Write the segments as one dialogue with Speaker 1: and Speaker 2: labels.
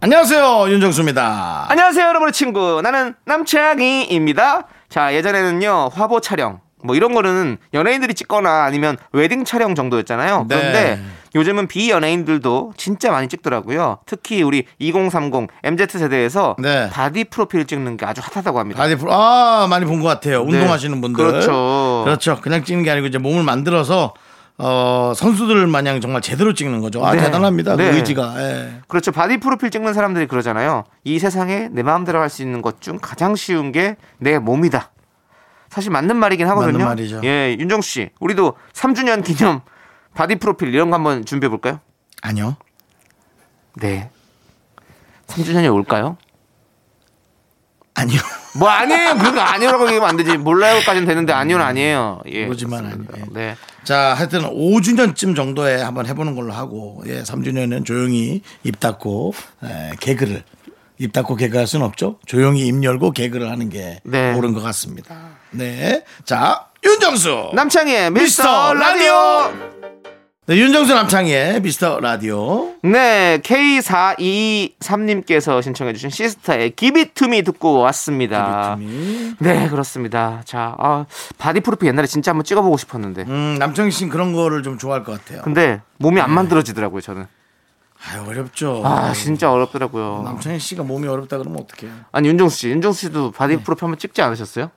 Speaker 1: 안녕하세요 윤정수입니다.
Speaker 2: 안녕하세요, 여러분의 친구. 나는 남창희입니다. 자, 예전에는요, 화보 촬영. 뭐 이런 거는 연예인들이 찍거나 아니면 웨딩 촬영 정도였잖아요.
Speaker 1: 네.
Speaker 2: 그런데 요즘은 비연예인들도 진짜 많이 찍더라고요. 특히 우리 2030 MZ 세대에서
Speaker 1: 네.
Speaker 2: 바디 프로필 찍는 게 아주 핫하다고 합니다.
Speaker 1: 바디 프로 아 많이 본 것 같아요. 운동하시는 분들
Speaker 2: 네, 그렇죠.
Speaker 1: 그렇죠. 그냥 찍는 게 아니고 이제 몸을 만들어서 어 선수들 마냥 정말 제대로 찍는 거죠. 아
Speaker 2: 네.
Speaker 1: 대단합니다. 그
Speaker 2: 네.
Speaker 1: 의지가 예.
Speaker 2: 그렇죠. 바디 프로필 찍는 사람들이 그러잖아요. 이 세상에 내 마음대로 할 수 있는 것 중 가장 쉬운 게 내 몸이다. 사실 맞는 말이긴 하거든요.
Speaker 1: 맞는 말이죠.
Speaker 2: 예, 윤정 씨, 우리도 3주년 기념 바디 프로필 이런 거 한번 준비해 볼까요?
Speaker 1: 아니요.
Speaker 2: 네. 3주년이 올까요?
Speaker 1: 아니요.
Speaker 2: 뭐 아니에요. 그거 아니요라고 얘기하면 안 되지. 몰라요까지는 되는데 아니요는 아니에요. 예.
Speaker 1: 모르지만
Speaker 2: 그렇습니다.
Speaker 1: 아니에요.
Speaker 2: 네.
Speaker 1: 자, 하여튼 5주년쯤 정도에 한번 해보는 걸로 하고, 예, 3주년은 조용히 입 닫고, 에, 개그를. 입 닫고 개그할 수는 없죠. 조용히 입 열고 개그를 하는 게
Speaker 2: 네.
Speaker 1: 옳은 것 같습니다. 네. 자, 윤정수!
Speaker 2: 남창희의 미스터
Speaker 1: 미스터 라디오!
Speaker 2: 라디오.
Speaker 1: 네, 윤정수 남창희의 미스터 라디오.
Speaker 2: 네, K423님께서 신청해주신 시스타의 기비투미 듣고 왔습니다. 네, 그렇습니다. 자, 아, 바디 프로필 옛날에 진짜 한번 찍어보고 싶었는데.
Speaker 1: 음, 남창희 씨는 그런 거를 좀 좋아할 것 같아요.
Speaker 2: 근데 몸이 안 만들어지더라고요, 저는.
Speaker 1: 네. 아유, 네. 어렵죠.
Speaker 2: 아, 진짜 어렵더라고요.
Speaker 1: 남창희 씨가 몸이 어렵다 그러면 어떡해요?
Speaker 2: 아니, 윤종수 씨, 윤종수 씨도 바디 프로필 한번 찍지 않으셨어요?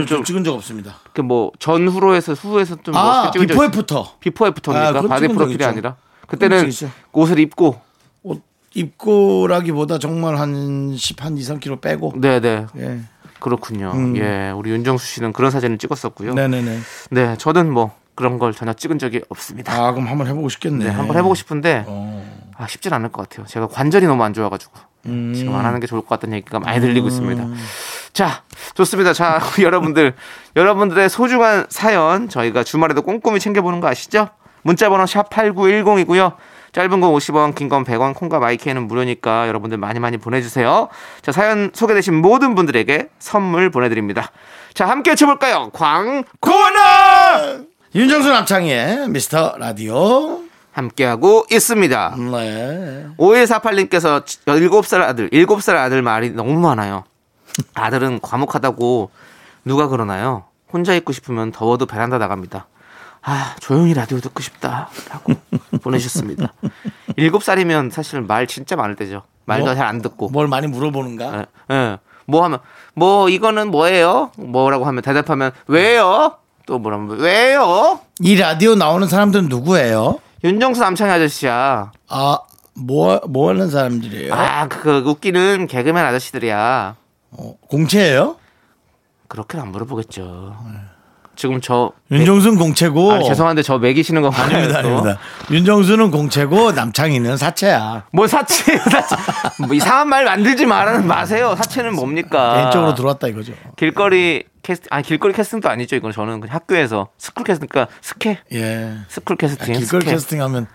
Speaker 1: 사진 네. 좀
Speaker 2: 좀,
Speaker 1: 찍은 적 없습니다.
Speaker 2: 그 뭐, 전후로 해서 후에서 좀
Speaker 1: 아,
Speaker 2: 멋있게 찍은 적
Speaker 1: 비포
Speaker 2: 있-
Speaker 1: 애프터.
Speaker 2: 비포 애프터입니까?
Speaker 1: 아, 그건
Speaker 2: 바디
Speaker 1: 찍은 적
Speaker 2: 프로필이
Speaker 1: 있죠.
Speaker 2: 아니라. 그때는
Speaker 1: 그건 찍은 적 있죠.
Speaker 2: 옷을 입고,
Speaker 1: 옷 입고라기보다 정말 한 10, 한 2, 3kg 빼고.
Speaker 2: 음. 네네.
Speaker 1: 예.
Speaker 2: 그렇군요. 예, 우리 윤정수 씨는 그런 사진을 찍었었고요.
Speaker 1: 음. 네네네.
Speaker 2: 네, 저는 뭐 그런 걸 전혀 찍은 적이 없습니다.
Speaker 1: 아, 그럼 한번 해보고 싶겠네.
Speaker 2: 네, 한번 해보고 싶은데
Speaker 1: 어.
Speaker 2: 아, 쉽진 않을 것 같아요. 제가 관절이 너무 안 좋아가지고 지금 안 하는 게 좋을 것 같다는 얘기가 많이 들리고 있습니다. 자, 좋습니다. 자, 여러분들 여러분들의 소중한 사연 저희가 주말에도 꼼꼼히 챙겨보는 거 아시죠? 문자번호 샵 #8910이고요. 짧은 건 50원, 긴 건 100원, 콩과 마이크는 무료니까 여러분들 많이 많이 보내주세요. 자, 사연 소개되신 모든 분들에게 선물 보내드립니다. 자, 함께 쳐볼까요? 광
Speaker 1: 고나! 윤정수 남창희의 미스터 라디오.
Speaker 2: 함께하고 있습니다.
Speaker 1: 네.
Speaker 2: 5148님께서 7살 아들, 7살 아들 말이 너무 많아요. 아들은 과묵하다고 누가 그러나요? 혼자 있고 싶으면 더워도 베란다 나갑니다. 아, 조용히 라디오 듣고 싶다. 라고 보내주셨습니다. 7살이면 사실 말 진짜 많을 때죠. 말도
Speaker 1: 뭐?
Speaker 2: 잘 안 듣고.
Speaker 1: 뭘 많이 물어보는가?
Speaker 2: 예, 예. 뭐 하면, 뭐, 이거는 뭐예요? 뭐라고 하면 대답하면, 왜요? 또 뭐라면, 왜요?
Speaker 1: 이 라디오 나오는 사람들은 누구예요?
Speaker 2: 윤정수 남창희 아저씨야.
Speaker 1: 아, 뭐, 뭐 하는 사람들이에요?
Speaker 2: 아, 그 웃기는 개그맨 아저씨들이야.
Speaker 1: 어, 공채예요?
Speaker 2: 그렇게는 안 물어보겠죠.
Speaker 1: 네.
Speaker 2: 지금 저
Speaker 1: 윤정수는 공채고.
Speaker 2: 아니, 죄송한데 저 매기시는 건가요?
Speaker 1: 예. 아닙니다, 아닙니다. 윤정수는 공채고 남창희는 사채야.
Speaker 2: 뭐 사채, 사채. 뭐 이상한 말 만들지 말하는 마세요. 사채는 뭡니까?
Speaker 1: 개인적으로 들어왔다 이거죠.
Speaker 2: 길거리 캐스팅, 아니 길거리 캐스팅도 아니죠. 이건 저는 그냥 학교에서 스쿨 캐스팅, 그러니까 스케,
Speaker 1: 예.
Speaker 2: 스쿨
Speaker 1: 아,
Speaker 2: 캐스팅,
Speaker 1: 길거리
Speaker 2: 스케.
Speaker 1: 캐스팅하면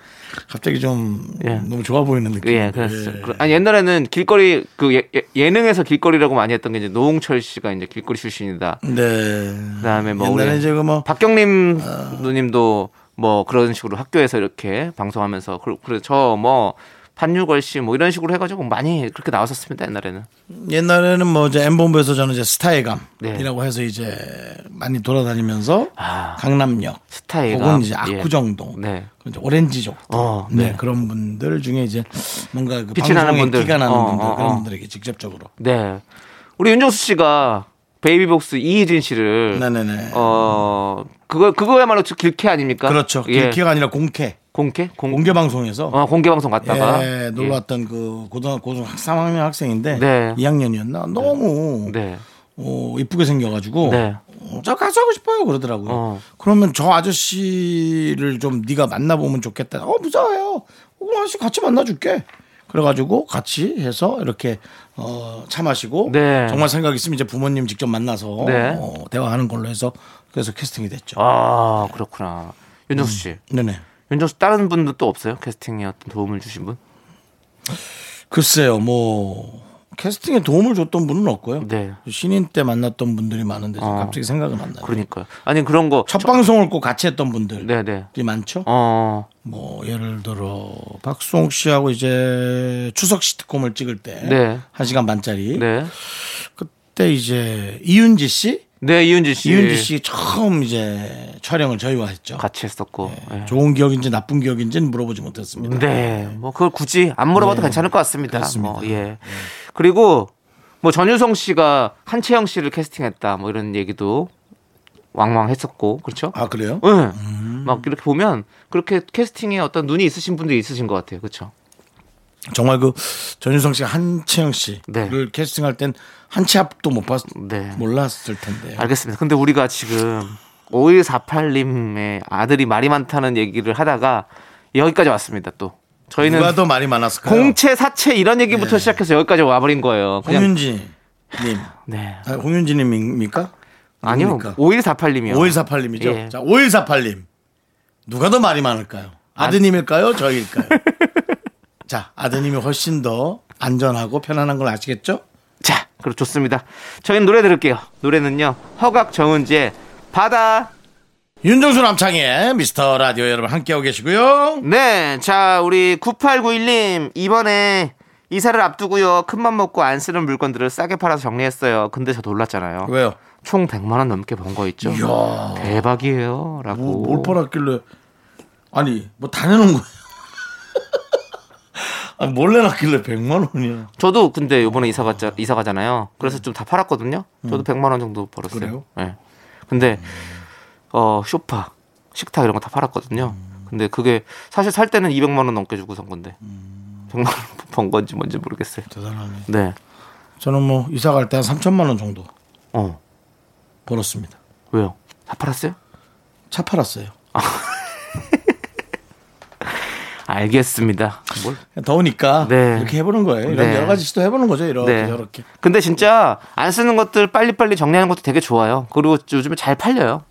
Speaker 1: 갑자기 좀
Speaker 2: 예.
Speaker 1: 너무 좋아 보이는 느낌.
Speaker 2: 예, 그랬어요.
Speaker 1: 예.
Speaker 2: 그러- 아니 옛날에는 길거리 그 예, 능에서 길거리라고 많이 했던 게 이제 노홍철 씨가 이제 길거리 출신이다.
Speaker 1: 네.
Speaker 2: 그다음에 뭐
Speaker 1: 옛날에
Speaker 2: 우리
Speaker 1: 이제 그 뭐.
Speaker 2: 박경림 누님도 뭐 그런 식으로 학교에서 이렇게 방송하면서 그, 그저뭐 판유걸 씨 뭐 이런 식으로 해가지고 많이 그렇게 나왔었습니다 옛날에는
Speaker 1: 옛날에는 뭐 이제 엠본부에서 저는 이제
Speaker 2: 네.
Speaker 1: 스타의감이라고 해서 이제 많이 돌아다니면서
Speaker 2: 아.
Speaker 1: 강남역
Speaker 2: 스타일감.
Speaker 1: 혹은 이제
Speaker 2: 예.
Speaker 1: 압구정동
Speaker 2: 네.
Speaker 1: 그 이제 오렌지족
Speaker 2: 어,
Speaker 1: 네.
Speaker 2: 네.
Speaker 1: 그런 분들 중에 이제 뭔가 그
Speaker 2: 빛이 나는
Speaker 1: 방송에
Speaker 2: 분들.
Speaker 1: 기가 나는
Speaker 2: 어,
Speaker 1: 분들
Speaker 2: 어, 어.
Speaker 1: 그런 분들에게 직접적으로
Speaker 2: 네 우리 윤정수 씨가 베이비복스 이희진 씨를
Speaker 1: 네네네
Speaker 2: 어 그거 그거야말로 즉 길케 아닙니까?
Speaker 1: 그렇죠
Speaker 2: 예.
Speaker 1: 길기가 아니라 공캐
Speaker 2: 공개 공,
Speaker 1: 공개 방송에서
Speaker 2: 어, 공개 방송 갔다가
Speaker 1: 예, 놀러 왔던 그 고등학교 고등 3학년 학생인데
Speaker 2: 네.
Speaker 1: 2학년이었나 너무
Speaker 2: 예. 네.
Speaker 1: 어, 이쁘게 생겨가지고
Speaker 2: 네.
Speaker 1: 어, 저 가수 하고 싶어요 그러더라고요.
Speaker 2: 어.
Speaker 1: 그러면 저 아저씨를 좀 네가 만나보면 좋겠다. 어 무서워요. 어, 아저씨 같이 만나줄게. 그래가지고 같이 해서 이렇게 어, 차 마시고
Speaker 2: 네.
Speaker 1: 정말 생각 있으면 이제 부모님 직접 만나서
Speaker 2: 네.
Speaker 1: 어, 대화하는 걸로 해서 그래서 캐스팅이 됐죠.
Speaker 2: 아 그렇구나. 윤정수 씨,
Speaker 1: 네네.
Speaker 2: 윤정수 다른 분도 또 없어요? 캐스팅에 어떤 도움을 주신 분?
Speaker 1: 글쎄요, 뭐 캐스팅에 도움을 줬던 분은 없고요.
Speaker 2: 네.
Speaker 1: 신인 때 만났던 분들이 많은데 지금
Speaker 2: 어.
Speaker 1: 갑자기 생각은 안 나요.
Speaker 2: 그러니까요. 아니 그런 거.
Speaker 1: 첫 방송을 꼭 같이 했던 분들이
Speaker 2: 네네.
Speaker 1: 많죠.
Speaker 2: 어.
Speaker 1: 뭐 예를 들어 박수홍 씨하고 이제 추석 시트콤을 찍을 때
Speaker 2: 네.
Speaker 1: 한시간 반짜리
Speaker 2: 네.
Speaker 1: 그때 이제 이윤지 씨
Speaker 2: 네 이윤지 씨.
Speaker 1: 이윤지 씨 처음 이제 촬영을 저희와 했죠.
Speaker 2: 같이 했었고. 네.
Speaker 1: 좋은 기억인지 나쁜 기억인지는 물어보지 못했습니다.
Speaker 2: 네, 뭐 그걸 굳이 안 물어봐도
Speaker 1: 네,
Speaker 2: 괜찮을 것 같습니다.
Speaker 1: 그렇습니다. 네.
Speaker 2: 뭐, 예. 그리고 뭐 전유성 씨가 한채영 씨를 캐스팅했다 뭐 이런 얘기도 왕왕 했었고 그렇죠?
Speaker 1: 아 음. 그래요?
Speaker 2: 예. 막 이렇게 보면 그렇게 캐스팅에 어떤 눈이 있으신 분들이 있으신 것 같아요. 그렇죠?
Speaker 1: 정말 그 전유성 씨, 한채영 씨를
Speaker 2: 네.
Speaker 1: 캐스팅할 땐 한치 앞도 못 봤,
Speaker 2: 네.
Speaker 1: 몰랐을 텐데.
Speaker 2: 알겠습니다. 근데 우리가 지금 5148님의 아들이 말이 많다는 얘기를 하다가 여기까지 왔습니다. 또 저희는
Speaker 1: 누가 더 말이 많았을까요?
Speaker 2: 공채 사채 이런 얘기부터
Speaker 1: 네.
Speaker 2: 시작해서 여기까지 와버린 거예요. 그냥
Speaker 1: 홍윤지님,
Speaker 2: 네.
Speaker 1: 아, 홍윤지님입니까?
Speaker 2: 아니요.
Speaker 1: 누굽니까?
Speaker 2: 5148님이요.
Speaker 1: 5148님이죠.
Speaker 2: 예.
Speaker 1: 자, 5148님. 누가 더 말이 많을까요? 아드님일까요? 저일까요? 자, 아드님이 훨씬 더 안전하고 편안한 걸 아시겠죠?
Speaker 2: 자, 그럼 좋습니다. 저희는 노래 들을게요. 노래는요. 허각 정은지의 바다.
Speaker 1: 윤정수 남창의 미스터 라디오 여러분 함께하고 계시고요.
Speaker 2: 네. 자, 우리 9891님. 이번에 이사를 앞두고요. 큰맘 먹고 안 쓰는 물건들을 싸게 팔아서 정리했어요. 근데 저 놀랐잖아요.
Speaker 1: 왜요?
Speaker 2: 총 100만 원 넘게 번 거 있죠.
Speaker 1: 이야.
Speaker 2: 대박이에요. 라고.
Speaker 1: 뭐, 뭘 팔았길래 아니 뭐 다 내놓은 거야 아, 뭘 내놨길래 100만 원이야
Speaker 2: 저도 근데 요번에 이사 갔자 이사 가잖아요. 그래서 좀 다 팔았거든요. 저도 100만 원 정도 벌었어요.
Speaker 1: 네. 음. 그래요? 음.
Speaker 2: 예. 근데 어 쇼파, 식탁 이런 거 다 팔았거든요.
Speaker 1: 음.
Speaker 2: 근데 그게 사실 살 때는 200만 원 넘게 주고 산 건데
Speaker 1: 음.
Speaker 2: 100만 원 번 건지 뭔지 모르겠어요.
Speaker 1: 대단하네
Speaker 2: 네.
Speaker 1: 저는 뭐 이사 갈 때 한 3천만 원 정도
Speaker 2: 어.
Speaker 1: 벌었습니다
Speaker 2: 왜요? 다 팔았어요?
Speaker 1: 차 팔았어요
Speaker 2: 알겠습니다. 뭘?
Speaker 1: 더우니까
Speaker 2: 네.
Speaker 1: 이렇게 해보는 거예요 이런
Speaker 2: 네.
Speaker 1: 여러 가지 시도 해보는 거죠 이렇게
Speaker 2: 네.
Speaker 1: 저렇게
Speaker 2: 근데 진짜 안 쓰는 것들 빨리빨리 정리하는 것도 되게 좋아요. 그리고 요즘에 잘 팔려요.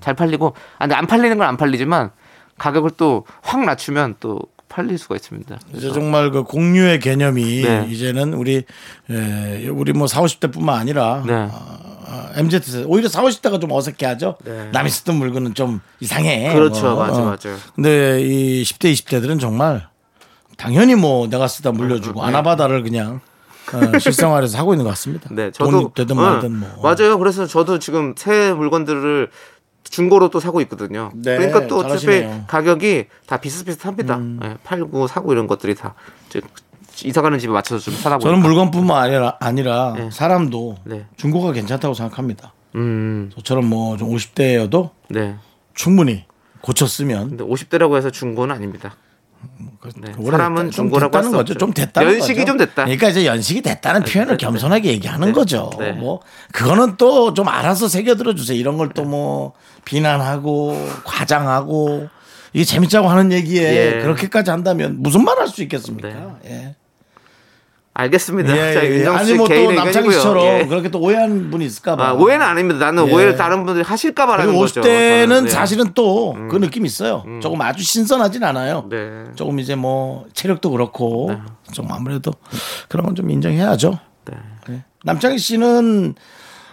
Speaker 2: 잘 팔리고, 아, 근데 안 팔리는 건 안 팔리지만 가격을 또 확 낮추면 또 팔릴 수가 있습니다.
Speaker 1: 이제 정말 그 공유의 개념이
Speaker 2: 네.
Speaker 1: 이제는 우리 에, 우리 뭐 4, 50대뿐만 아니라
Speaker 2: 네.
Speaker 1: 아, MZ 세대 오히려 4, 50대가 좀 어색해하죠. 남이 쓰던 물건은 좀 이상해.
Speaker 2: 네.
Speaker 1: 뭐, 어.
Speaker 2: 그렇죠. 맞아, 맞아요.
Speaker 1: 근데 이 10대 20대들은 정말 당연히 뭐 내가 쓰다 물려주고
Speaker 2: 네.
Speaker 1: 아나바다를 그냥 어, 실생활에서 하고 있는 것 같습니다.
Speaker 2: 네,
Speaker 1: 돈이
Speaker 2: 저도
Speaker 1: 되든
Speaker 2: 응,
Speaker 1: 말든 뭐
Speaker 2: 맞아요. 그래서 저도 지금 새 물건들을 중고로 또 사고 있거든요.
Speaker 1: 네,
Speaker 2: 그러니까 또 어차피
Speaker 1: 잘하시네요.
Speaker 2: 가격이 다 비슷비슷합니다. 예, 팔고 사고 이런 것들이 다 이제 이사가는 집에 맞춰서 좀 사다 보니까.
Speaker 1: 저는 물건뿐만 아니라 아니라 사람도
Speaker 2: 네.
Speaker 1: 중고가 괜찮다고 생각합니다.
Speaker 2: 음,
Speaker 1: 저처럼 뭐좀 50대여도
Speaker 2: 네.
Speaker 1: 충분히 고쳤으면
Speaker 2: 근데 50대라고 해서 중고는 아닙니다.
Speaker 1: 그-
Speaker 2: 네,
Speaker 1: 그 원래
Speaker 2: 사람은
Speaker 1: 좀
Speaker 2: 중고라고
Speaker 1: 됐다는
Speaker 2: 할수
Speaker 1: 거죠.
Speaker 2: 없죠.
Speaker 1: 좀 됐다는
Speaker 2: 연식이
Speaker 1: 거죠.
Speaker 2: 좀 됐다.
Speaker 1: 그러니까 이제 연식이 됐다는 표현을
Speaker 2: 네,
Speaker 1: 겸손하게 얘기하는
Speaker 2: 네.
Speaker 1: 거죠.
Speaker 2: 네.
Speaker 1: 뭐 그거는 또 좀 알아서 새겨 들어 주세요. 이런 걸 또 뭐 비난하고 과장하고 이게 재밌자고 하는 얘기에
Speaker 2: 예.
Speaker 1: 그렇게까지 한다면 무슨 말 할 수 있겠습니까? 예.
Speaker 2: 알겠습니다.
Speaker 1: 예,
Speaker 2: 네, 자,
Speaker 1: 예, 예.
Speaker 2: 윤정 씨
Speaker 1: 아니 뭐 또
Speaker 2: 개인
Speaker 1: 남창희 씨처럼
Speaker 2: 의견이고요. 예.
Speaker 1: 그렇게 또 오해하는 분이 있을까 봐.
Speaker 2: 아, 오해는 아닙니다. 나는
Speaker 1: 예.
Speaker 2: 오해를 다른 분들이 하실까 말하는
Speaker 1: 그리고
Speaker 2: 거죠.
Speaker 1: 50대는
Speaker 2: 저는, 예.
Speaker 1: 사실은 또 그 느낌 이 있어요. 조금 아주 신선하진 않아요.
Speaker 2: 네.
Speaker 1: 조금 이제 뭐 체력도 그렇고 좀 아무래도 그런 건 좀 인정해야죠. 네. 남창희 씨는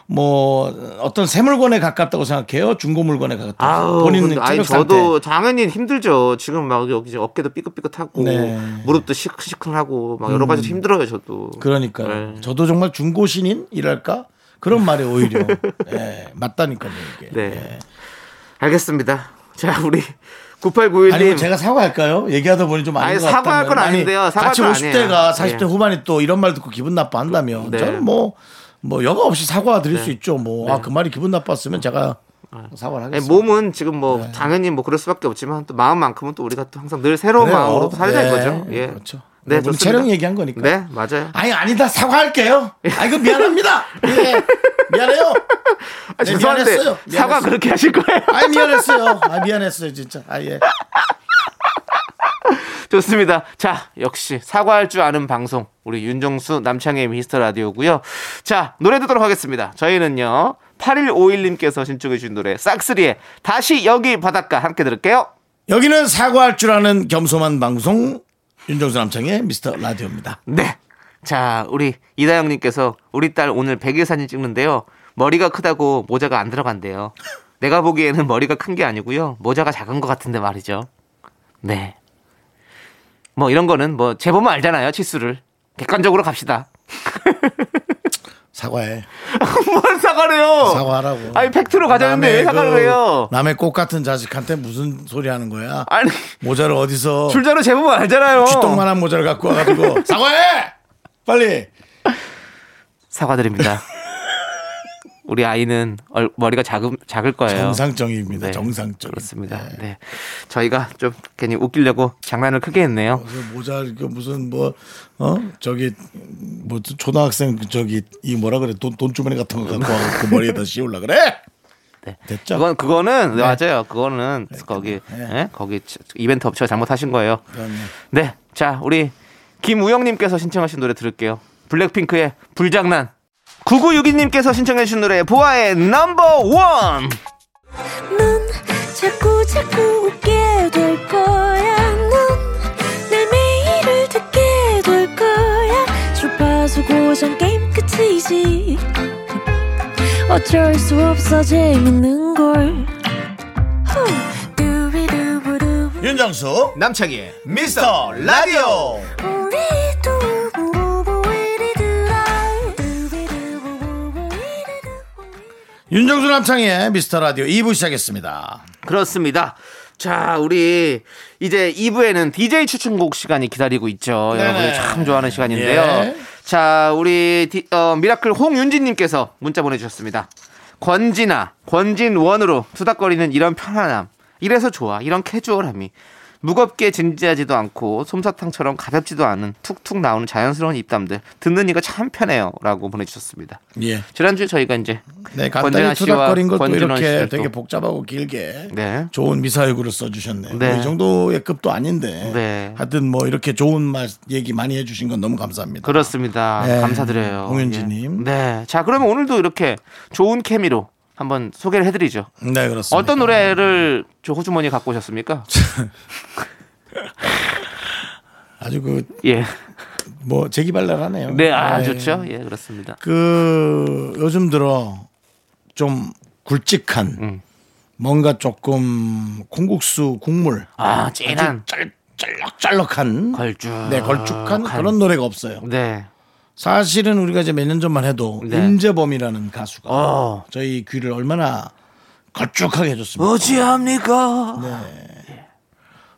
Speaker 1: 뭐 어떤 새 물건에 가깝다고 생각해요? 중고 물건에 가깝다.
Speaker 2: 아우,
Speaker 1: 본인
Speaker 2: 근데
Speaker 1: 체력
Speaker 2: 아니
Speaker 1: 상태.
Speaker 2: 저도 당연히 힘들죠. 지금 막 여기 이제 어깨도 삐끗삐끗하고
Speaker 1: 네. 음.
Speaker 2: 무릎도 시큰시큰하고 막 여러 가지 로 힘들어요. 저도.
Speaker 1: 그러니까
Speaker 2: 네.
Speaker 1: 요 저도 정말 중고 신인이랄까 그런 말이 오히려 예, 맞다니까요 이게.
Speaker 2: 네. 알겠습니다. 자 우리 9891님.
Speaker 1: 아니면 뭐 제가 사과할까요? 얘기하다 보니 좀 아닌
Speaker 2: 아니,
Speaker 1: 것 같다면.
Speaker 2: 사과할 건 아닌데요. 사과할
Speaker 1: 같이
Speaker 2: 건
Speaker 1: 50대가
Speaker 2: 아니에요.
Speaker 1: 40대
Speaker 2: 예.
Speaker 1: 후반이 또 이런 말 듣고 기분 나빠한다면
Speaker 2: 네.
Speaker 1: 저는 뭐, 뭐 여과 없이 사과 드릴 수 있죠. 뭐 아 그 말이 기분 나빴으면 제가 사과를
Speaker 2: 아니,
Speaker 1: 하겠습니다. 네.
Speaker 2: 몸은 지금 뭐 당연히 뭐 그럴 수밖에 없지만 또 마음만큼은 또 우리가 또 항상 늘 새로운
Speaker 1: 그래요.
Speaker 2: 마음으로 또 살자
Speaker 1: 네,
Speaker 2: 이거죠. 예.
Speaker 1: 그렇죠.
Speaker 2: 네,
Speaker 1: 우리
Speaker 2: 좋습니다.
Speaker 1: 체력 얘기한 거니까.
Speaker 2: 네, 맞아요.
Speaker 1: 아니 아니다 사과할게요. 아이 그 미안합니다. 예. 미안해요.
Speaker 2: 아,
Speaker 1: 네,
Speaker 2: 죄송한데
Speaker 1: 미안했어요.
Speaker 2: 사과
Speaker 1: 미안했어요.
Speaker 2: 그렇게 하실 거예요?
Speaker 1: 아이 미안했어요. 아 미안했어요 진짜. 아 예.
Speaker 2: 좋습니다. 자, 역시 사과할 줄 아는 방송 우리 윤정수 남창의 미스터 라디오고요. 자, 노래 듣도록 하겠습니다. 저희는요. 8151님께서 신청해 주신 노래 싹스리의 다시 여기 바닷가 함께 들을게요.
Speaker 1: 여기는 사과할 줄 아는 겸손한 방송 윤정수 남창의 미스터 라디오입니다.
Speaker 2: 네. 자, 우리 이다영님께서 우리 딸 오늘 100일 사진 찍는데요. 머리가 크다고 모자가 안 들어간대요. 내가 보기에는 머리가 큰 게 아니고요. 모자가 작은 것 같은데 말이죠. 네. 뭐 이런 거는 뭐 재보면 알잖아요. 치수를. 객관적으로 갑시다.
Speaker 1: 사과해.
Speaker 2: 뭘 사과래요?
Speaker 1: 사과하라고.
Speaker 2: 어. 아니 팩트로 가자는데
Speaker 1: 남의
Speaker 2: 왜 사과를
Speaker 1: 그
Speaker 2: 해요?
Speaker 1: 남의 꽃 같은 자식한테 무슨 소리 하는 거야?
Speaker 2: 아니
Speaker 1: 모자를 어디서
Speaker 2: 줄자로 어. 재보면 알잖아요.
Speaker 1: 쥐똥만한 모자를 갖고 와가지고 사과해! 빨리!
Speaker 2: 네. 사과드립니다. 우리 아이는 얼- 머리가 작은, 작을 거예요.
Speaker 1: 정상적입니다.
Speaker 2: 네,
Speaker 1: 정상적.
Speaker 2: 그렇습니다. 네. 저희가 좀 괜히 웃기려고 장난을 크게 했네요.
Speaker 1: 그 모자 그 무슨 뭐 어 저기 뭐 초등학생 그 저기 이 뭐라 그래 돈 돈주머니 같은 거 갖고 와서 그 머리에다 씌우려 그래
Speaker 2: 네.
Speaker 1: 됐죠?
Speaker 2: 그건 그거는 네, 맞아요. 그거는 거기
Speaker 1: 네.
Speaker 2: 예? 거기 치- 이벤트 업체가 잘못하신 거예요. 네. 자, 우리 김우영 님께서 신청하신 노래 들을게요. 블랙핑크의 불장난. 9962 님께서 신청해 주신 노래 보아의 넘버 원.
Speaker 3: 넌 자꾸 자꾸 웃게 될 거야. 넌내 매일을 듣게 될 거야. 주파수 고정 게임 끝이지. 어쩔 수 없어 재밌는 걸. 후. 두비두부두.
Speaker 1: 윤정수
Speaker 2: 남창희의
Speaker 1: 미스터 라디오
Speaker 3: 우리 두부부부 우리들아. 두비두부부부 우리들아.
Speaker 1: 윤정수 남창의 미스터 라디오 2부 시작했습니다.
Speaker 2: 그렇습니다. 자, 우리 이제 2부에는 DJ 추천곡 시간이 기다리고 있죠.
Speaker 1: 네네.
Speaker 2: 여러분이 참 좋아하는 시간인데요.
Speaker 1: 예.
Speaker 2: 자, 우리 디- 어, 미라클 홍윤진님께서 문자 보내주셨습니다. 권진아, 권진원으로 투닥거리는 이런 편안함. 이래서 좋아. 이런 캐주얼함이. 무겁게 진지하지도 않고 솜사탕처럼 가볍지도 않은 툭툭 나오는 자연스러운 입담들. 듣는 이가 참 편해요. 라고 보내주셨습니다.
Speaker 1: 예.
Speaker 2: 지난주에 저희가 이제
Speaker 1: 네,
Speaker 2: 권진아
Speaker 1: 간단히
Speaker 2: 씨와
Speaker 1: 투닥거린 것도
Speaker 2: 권진원
Speaker 1: 이렇게
Speaker 2: 씨를 또-
Speaker 1: 되게 복잡하고 길게
Speaker 2: 네.
Speaker 1: 좋은 미사일구를 써주셨네요.
Speaker 2: 네.
Speaker 1: 뭐이 정도의 급도 아닌데
Speaker 2: 네.
Speaker 1: 하여튼 뭐 이렇게 좋은 말 얘기 많이 해주신 건 너무 감사합니다.
Speaker 2: 그렇습니다.
Speaker 1: 네.
Speaker 2: 감사드려요.
Speaker 1: 홍윤지님.
Speaker 2: 예. 네. 자, 그러면 오늘도 이렇게 좋은 케미로 한번 소개를 해드리죠.
Speaker 1: 네 그렇습니다.
Speaker 2: 어떤 노래를 저 호주머니 에 갖고 오셨습니까?
Speaker 1: 아주 그 뭐
Speaker 2: 예.
Speaker 1: 재기발랄하네요.
Speaker 2: 네, 아,
Speaker 1: 네.
Speaker 2: 좋죠. 예, 그렇습니다.
Speaker 1: 그 요즘 들어 좀 굵직한
Speaker 2: 음.
Speaker 1: 뭔가 조금 콩국수 국물
Speaker 2: 아, 진한.
Speaker 1: 짤 짤럭짤럭한
Speaker 2: 걸쭉. 아,
Speaker 1: 네 걸쭉한 그런 노래가 없어요.
Speaker 2: 네.
Speaker 1: 사실은 우리가 이제 몇 년 전만 해도
Speaker 2: 네.
Speaker 1: 임재범이라는 가수가
Speaker 2: 어.
Speaker 1: 저희 귀를 얼마나 걸쭉하게 해줬습니다.
Speaker 2: 어찌합니까?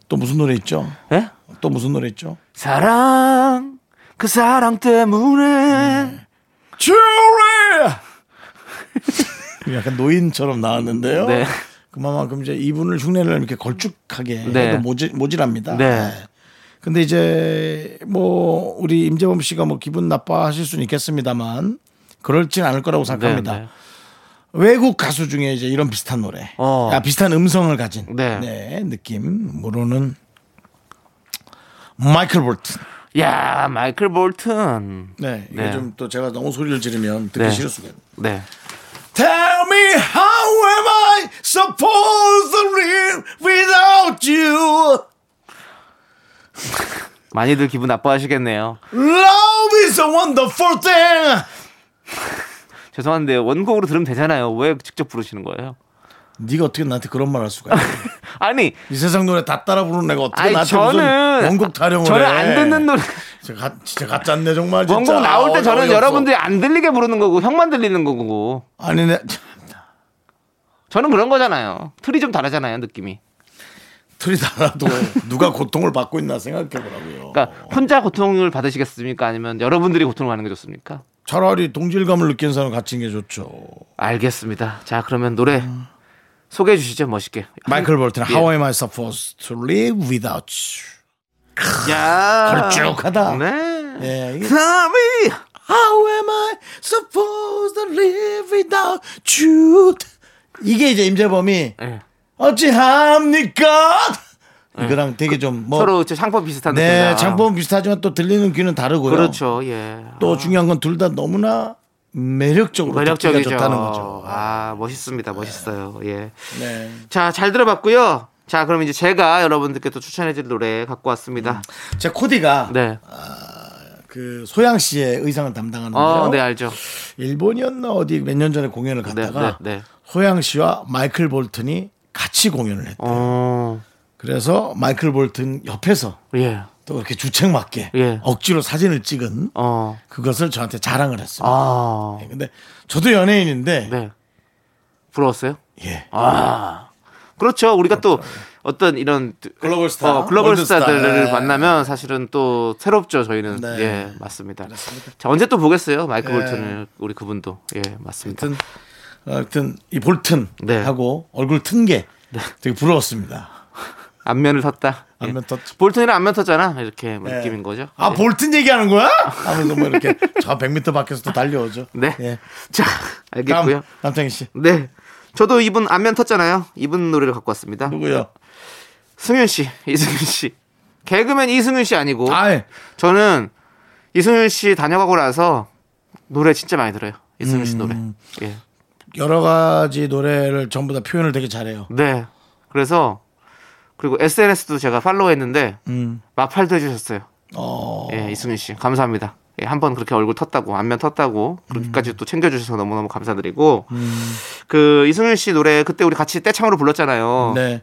Speaker 1: 또 무슨 노래 있죠?
Speaker 2: 예?
Speaker 1: 또 무슨 노래 있죠?
Speaker 2: 사랑. 그 사랑 때문에.
Speaker 1: 음, 주리 약간 노인처럼 나왔는데요.
Speaker 2: 네.
Speaker 1: 그만큼 이제 이분을 흉내를 이렇게 걸쭉하게
Speaker 2: 네.
Speaker 1: 해도 모질, 모질합니다.
Speaker 2: 네.
Speaker 1: 근데 이제 뭐 우리 임재범 씨가 뭐 기분 나빠하실 수는 있겠습니다만 그럴진 않을 거라고 생각합니다.
Speaker 2: 네, 네.
Speaker 1: 외국 가수 중에 이제 이런 비슷한 노래,
Speaker 2: 어.
Speaker 1: 아, 비슷한 음성을 가진
Speaker 2: 네.
Speaker 1: 네, 느낌으로는 마이클 볼튼.
Speaker 2: 야, 마이클 볼튼.
Speaker 1: 네, 이게
Speaker 2: 네.
Speaker 1: 좀 또 제가 너무 소리를 지르면 듣기
Speaker 2: 네.
Speaker 1: 싫을 수가 있는.
Speaker 2: 네.
Speaker 1: Tell me how am I supposed to live without you?
Speaker 2: 많이들 기분 나빠하시겠네요.
Speaker 1: Love is a wonderful thing.
Speaker 2: 죄송한데 원곡으로 들으면 되잖아요. 왜 직접 부르시는 거예요?
Speaker 1: 네가 어떻게 나한테 그런 말 할 수가 있어?
Speaker 2: 아니,
Speaker 1: 이 세상 노래 다 따라 부르는 애가 어떻게
Speaker 2: 아니
Speaker 1: 나한테
Speaker 2: 저는
Speaker 1: 무슨 원곡 타령을
Speaker 2: 저는
Speaker 1: 해?
Speaker 2: 안 듣는 노래
Speaker 1: 진짜, 가, 진짜 가짜네 정말. 진짜.
Speaker 2: 원곡 나올 때
Speaker 1: 아,
Speaker 2: 저는
Speaker 1: 어이없어.
Speaker 2: 여러분들이 안 들리게 부르는 거고 형만 들리는 거고
Speaker 1: 아니 내
Speaker 2: 저는 그런 거잖아요. 틀이 좀 다르잖아요, 느낌이.
Speaker 1: 틀이 달라도 누가 고통을 받고 있나 생각해 보라고요.
Speaker 2: 그러니까 혼자 고통을 받으시겠습니까? 아니면 여러분들이 고통을 받는 게 좋습니까?
Speaker 1: 차라리 동질감을 느끼는 사람 같이 있는 게 좋죠.
Speaker 2: 알겠습니다. 자, 그러면 노래 소개해 주시죠, 멋있게.
Speaker 1: 음. 마이클 볼튼
Speaker 2: 예.
Speaker 1: How am I supposed to live without you?
Speaker 2: 야,
Speaker 1: 걸쭉하다.
Speaker 2: 아. 네.
Speaker 1: 예, 이게
Speaker 2: 사미
Speaker 1: How am I supposed to live without
Speaker 2: 네.
Speaker 1: you? 이게 이제 임재범이
Speaker 2: 예.
Speaker 1: 어찌합니까? 이거랑 되게 좀 뭐
Speaker 2: 네. 그 서로 저 상품 비슷한
Speaker 1: 네,
Speaker 2: 느낌이다.
Speaker 1: 장법은 비슷하지만 또 들리는 귀는 다르고요.
Speaker 2: 그렇죠. 예.
Speaker 1: 또 중요한 건 둘 다 너무나 매력적으로 듣기가
Speaker 2: 뭐 매력적이죠.
Speaker 1: 좋다는 거죠.
Speaker 2: 아 멋있습니다. 멋있어요. 예.
Speaker 1: 네.
Speaker 2: 자 잘 들어봤고요. 자 그럼 이제 제가 여러분들께 또 추천해드릴 노래 갖고 왔습니다.
Speaker 1: 제 코디가
Speaker 2: 네.
Speaker 1: 그 소양 씨의 의상을 담당하는데요.
Speaker 2: 어, 네 알죠.
Speaker 1: 일본이었나 어디 몇 년 전에 공연을 갔다가
Speaker 2: 네, 네.
Speaker 1: 소양 씨와 마이클 볼튼이 같이 공연을 했대요.
Speaker 2: 어,
Speaker 1: 그래서 마이클 볼튼 옆에서
Speaker 2: 예.
Speaker 1: 또 이렇게 주책 맞게
Speaker 2: 예.
Speaker 1: 억지로 사진을 찍은
Speaker 2: 어,
Speaker 1: 그것을 저한테 자랑을 했어요.
Speaker 2: 아,
Speaker 1: 근데 저도 연예인인데
Speaker 2: 네. 부러웠어요?
Speaker 1: 예.
Speaker 2: 아, 그렇죠. 우리가 또 어떤 이런
Speaker 1: 글로벌 스타,
Speaker 2: 어, 글로벌
Speaker 1: 월드스타.
Speaker 2: 스타들을
Speaker 1: 예.
Speaker 2: 만나면 사실은 또 새롭죠. 저희는
Speaker 1: 네.
Speaker 2: 예, 맞습니다. 자 언제 또 보겠어요, 마이크
Speaker 1: 예.
Speaker 2: 볼튼을 우리 그분도 예, 맞습니다.
Speaker 1: 하여튼 어, 하여튼 이 볼튼
Speaker 2: 네.
Speaker 1: 하고 얼굴 튼 게 되게 부러웠습니다.
Speaker 2: 안면을 텄다. 예.
Speaker 1: 안면 텄-
Speaker 2: 볼튼이랑 안면 텄잖아. 이렇게 뭐
Speaker 1: 예.
Speaker 2: 느낌인 거죠.
Speaker 1: 아
Speaker 2: 예.
Speaker 1: 볼튼 얘기하는 거야? 하면서 뭐 이렇게 저 100m 밖에서 또 달려오죠.
Speaker 2: 네.
Speaker 1: 예.
Speaker 2: 자,
Speaker 1: 다음
Speaker 2: 알겠고요.
Speaker 1: 남창희 씨
Speaker 2: 네. 저도 이분 안면 텄잖아요. 이분 노래를 갖고 왔습니다.
Speaker 1: 누구요?
Speaker 2: 승윤 씨, 이승윤 씨. 개그맨 이승윤 씨 아니고
Speaker 1: 아 예.
Speaker 2: 저는 이승윤 씨 다녀가고 나서 노래 진짜 많이 들어요. 이승윤
Speaker 1: 음.
Speaker 2: 씨 노래. 예.
Speaker 1: 여러 가지 노래를 전부 다 표현을 되게 잘해요.
Speaker 2: 네. 그래서 그리고 SNS도 제가 팔로우했는데
Speaker 1: 음.
Speaker 2: 마팔도 해주셨어요.
Speaker 1: 어.
Speaker 2: 예, 이승윤 씨 감사합니다. 예, 한번 그렇게 얼굴 텄다고 안면 텄다고 그렇게까지
Speaker 1: 음.
Speaker 2: 또 챙겨주셔서 너무너무 감사드리고 그 이승윤 씨 노래 그때 우리 같이 떼창으로 불렀잖아요.
Speaker 1: 네.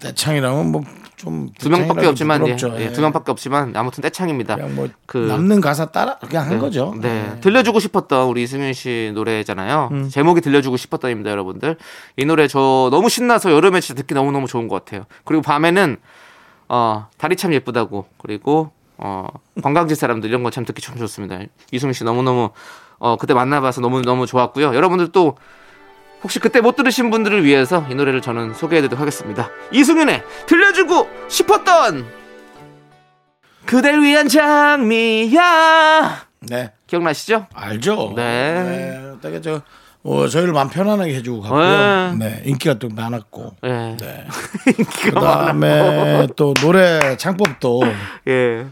Speaker 1: 대창이라면 뭐좀
Speaker 2: 어. 두 명밖에 없지만 예, 예, 두 명밖에 없지만 아무튼 떼창입니다.
Speaker 1: 그냥 뭐
Speaker 2: 그-
Speaker 1: 남는 가사 따라 그냥 한 거죠.
Speaker 2: 네. 들려주고 싶었던 우리 이승윤 씨 노래잖아요.
Speaker 1: 음.
Speaker 2: 제목이 들려주고 싶었던입니다, 여러분들. 이 노래 저 너무 신나서 여름에 진짜 듣기 너무너무 좋은 것 같아요. 그리고 밤에는 어, 달이 참 예쁘다고. 그리고 어, 관광지 사람들 이런 거 참 듣기 참 좋습니다. 이승윤 씨 너무너무 어, 그때 만나봐서 너무너무 좋았고요. 여러분들 또 혹시 그때 못 들으신 분들을 위해서 이 노래를 저는 소개해드리도록 하겠습니다. 이승윤의 들려주고 싶었던 그댈 위한 장미야.
Speaker 1: 네.
Speaker 2: 기억나시죠?
Speaker 1: 알죠.
Speaker 2: 네.
Speaker 1: 되게 저 어, 저희를 마음 편안하게 해주고 갔고요.
Speaker 2: 네.
Speaker 1: 네. 인기가 또 많았고.
Speaker 2: 예.
Speaker 1: 네.
Speaker 2: 인기가 많아.
Speaker 1: 그다음에 또 노래 창법도 네.
Speaker 2: 예.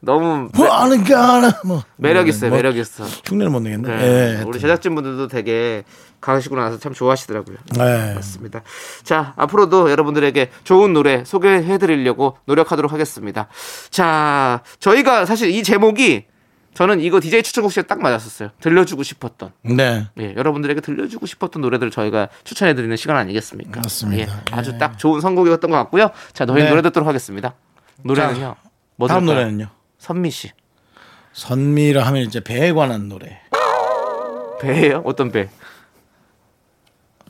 Speaker 2: 너무
Speaker 1: 뭐 아는 게 알아. 뭐
Speaker 2: 매력 있어요.
Speaker 1: 뭐
Speaker 2: 매력 있어.
Speaker 1: 흉내를 못 내겠네.
Speaker 2: 네.
Speaker 1: 네.
Speaker 2: 우리 제작진 분들도 되게 가시고 나서 참 좋아하시더라고요.
Speaker 1: 네.
Speaker 2: 맞습니다. 자, 앞으로도 여러분들에게 좋은 노래 소개해 드리려고 노력하도록 하겠습니다. 자, 저희가 사실 이 제목이 저는 이거 DJ 추천곡 시에 딱 맞았었어요. 들려주고 싶었던.
Speaker 1: 네.
Speaker 2: 예, 여러분들에게 들려주고 싶었던 노래들을 저희가 추천해 드리는 시간 아니겠습니까?
Speaker 1: 맞습니다.
Speaker 2: 예, 아주 딱 좋은 선곡이었던 것 같고요. 자, 저희
Speaker 1: 네.
Speaker 2: 노래 듣도록 하겠습니다. 노래는요. 뭐
Speaker 1: 다음
Speaker 2: 들을까요?
Speaker 1: 노래는요.
Speaker 2: 선미 씨.
Speaker 1: 선미라 하면 이제 배에 관한 노래.
Speaker 2: 배예요? 어떤 배?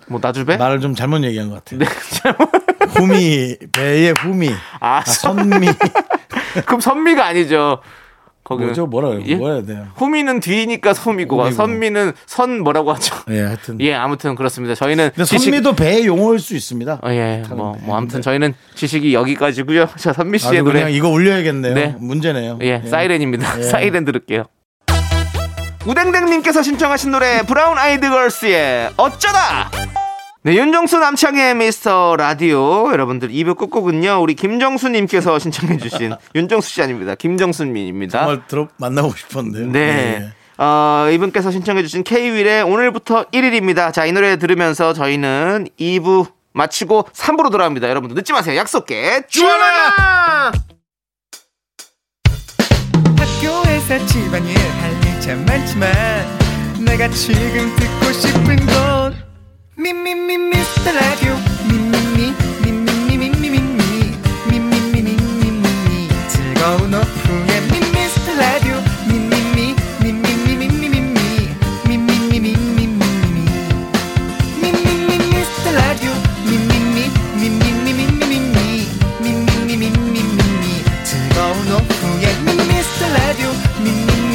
Speaker 2: 뭐 나주배?
Speaker 1: 말을 좀 잘못 얘기한 것
Speaker 2: 네.
Speaker 1: 같아요. 후미 배의 후미.
Speaker 2: 아,
Speaker 1: 아, 선미.
Speaker 2: 그럼 선미가 아니죠. 거기는
Speaker 1: 뭐죠? 뭐라
Speaker 2: 예?
Speaker 1: 뭐 해야 돼요?
Speaker 2: 후미는 뒤니까 소미고
Speaker 1: 후미고.
Speaker 2: 선미는 선 뭐라고 하죠?
Speaker 1: 예, 하여튼.
Speaker 2: 예, 아무튼 그렇습니다. 저희는
Speaker 1: 근데
Speaker 2: 지식-
Speaker 1: 선미도 배의 용어일 수 있습니다.
Speaker 2: 어, 예,
Speaker 1: 다른
Speaker 2: 뭐,
Speaker 1: 배.
Speaker 2: 뭐 아무튼 저희는 지식이 여기까지고요. 자, 선미
Speaker 1: 아,
Speaker 2: 씨의
Speaker 1: 그냥
Speaker 2: 노래
Speaker 1: 이거 올려야겠네요.
Speaker 2: 네.
Speaker 1: 문제네요.
Speaker 2: 예, 사이렌입니다.
Speaker 1: 예.
Speaker 2: 사이렌 들을게요. 우댕댕님께서 신청하신 노래 브라운 아이드 걸스의 어쩌다. 네, 윤정수 남창의 미스터 라디오 여러분들 2부 끝곡은요 우리 김정수님께서 신청해주신 윤정수 씨 아닙니다 김정수님입니다.
Speaker 1: 정말 들어 만나고 예, 싶었는데.
Speaker 2: 네. 어, 이분께서 신청해주신 K윌의 오늘부터 1일입니다. 자, 이 노래 들으면서 저희는 2부 마치고 3부로 돌아옵니다. 여러분들 늦지 마세요. 약속해. 주원아!
Speaker 4: 학교에서 집안일 할 일 참 많지만 내가 지금 듣고 싶은 건 미미미 미스터 라디오 미미미 미미미미미미 미미미미미미 즐거운 오후에 미스터 라디오 미미미 미미미미미미 미미미미미미미 미미미 미스터 라디오 미미미 미미미미미미 미미미미미미 즐거운 오후에 미스터 라디오 미미미 미미미미미미 미미미미미미미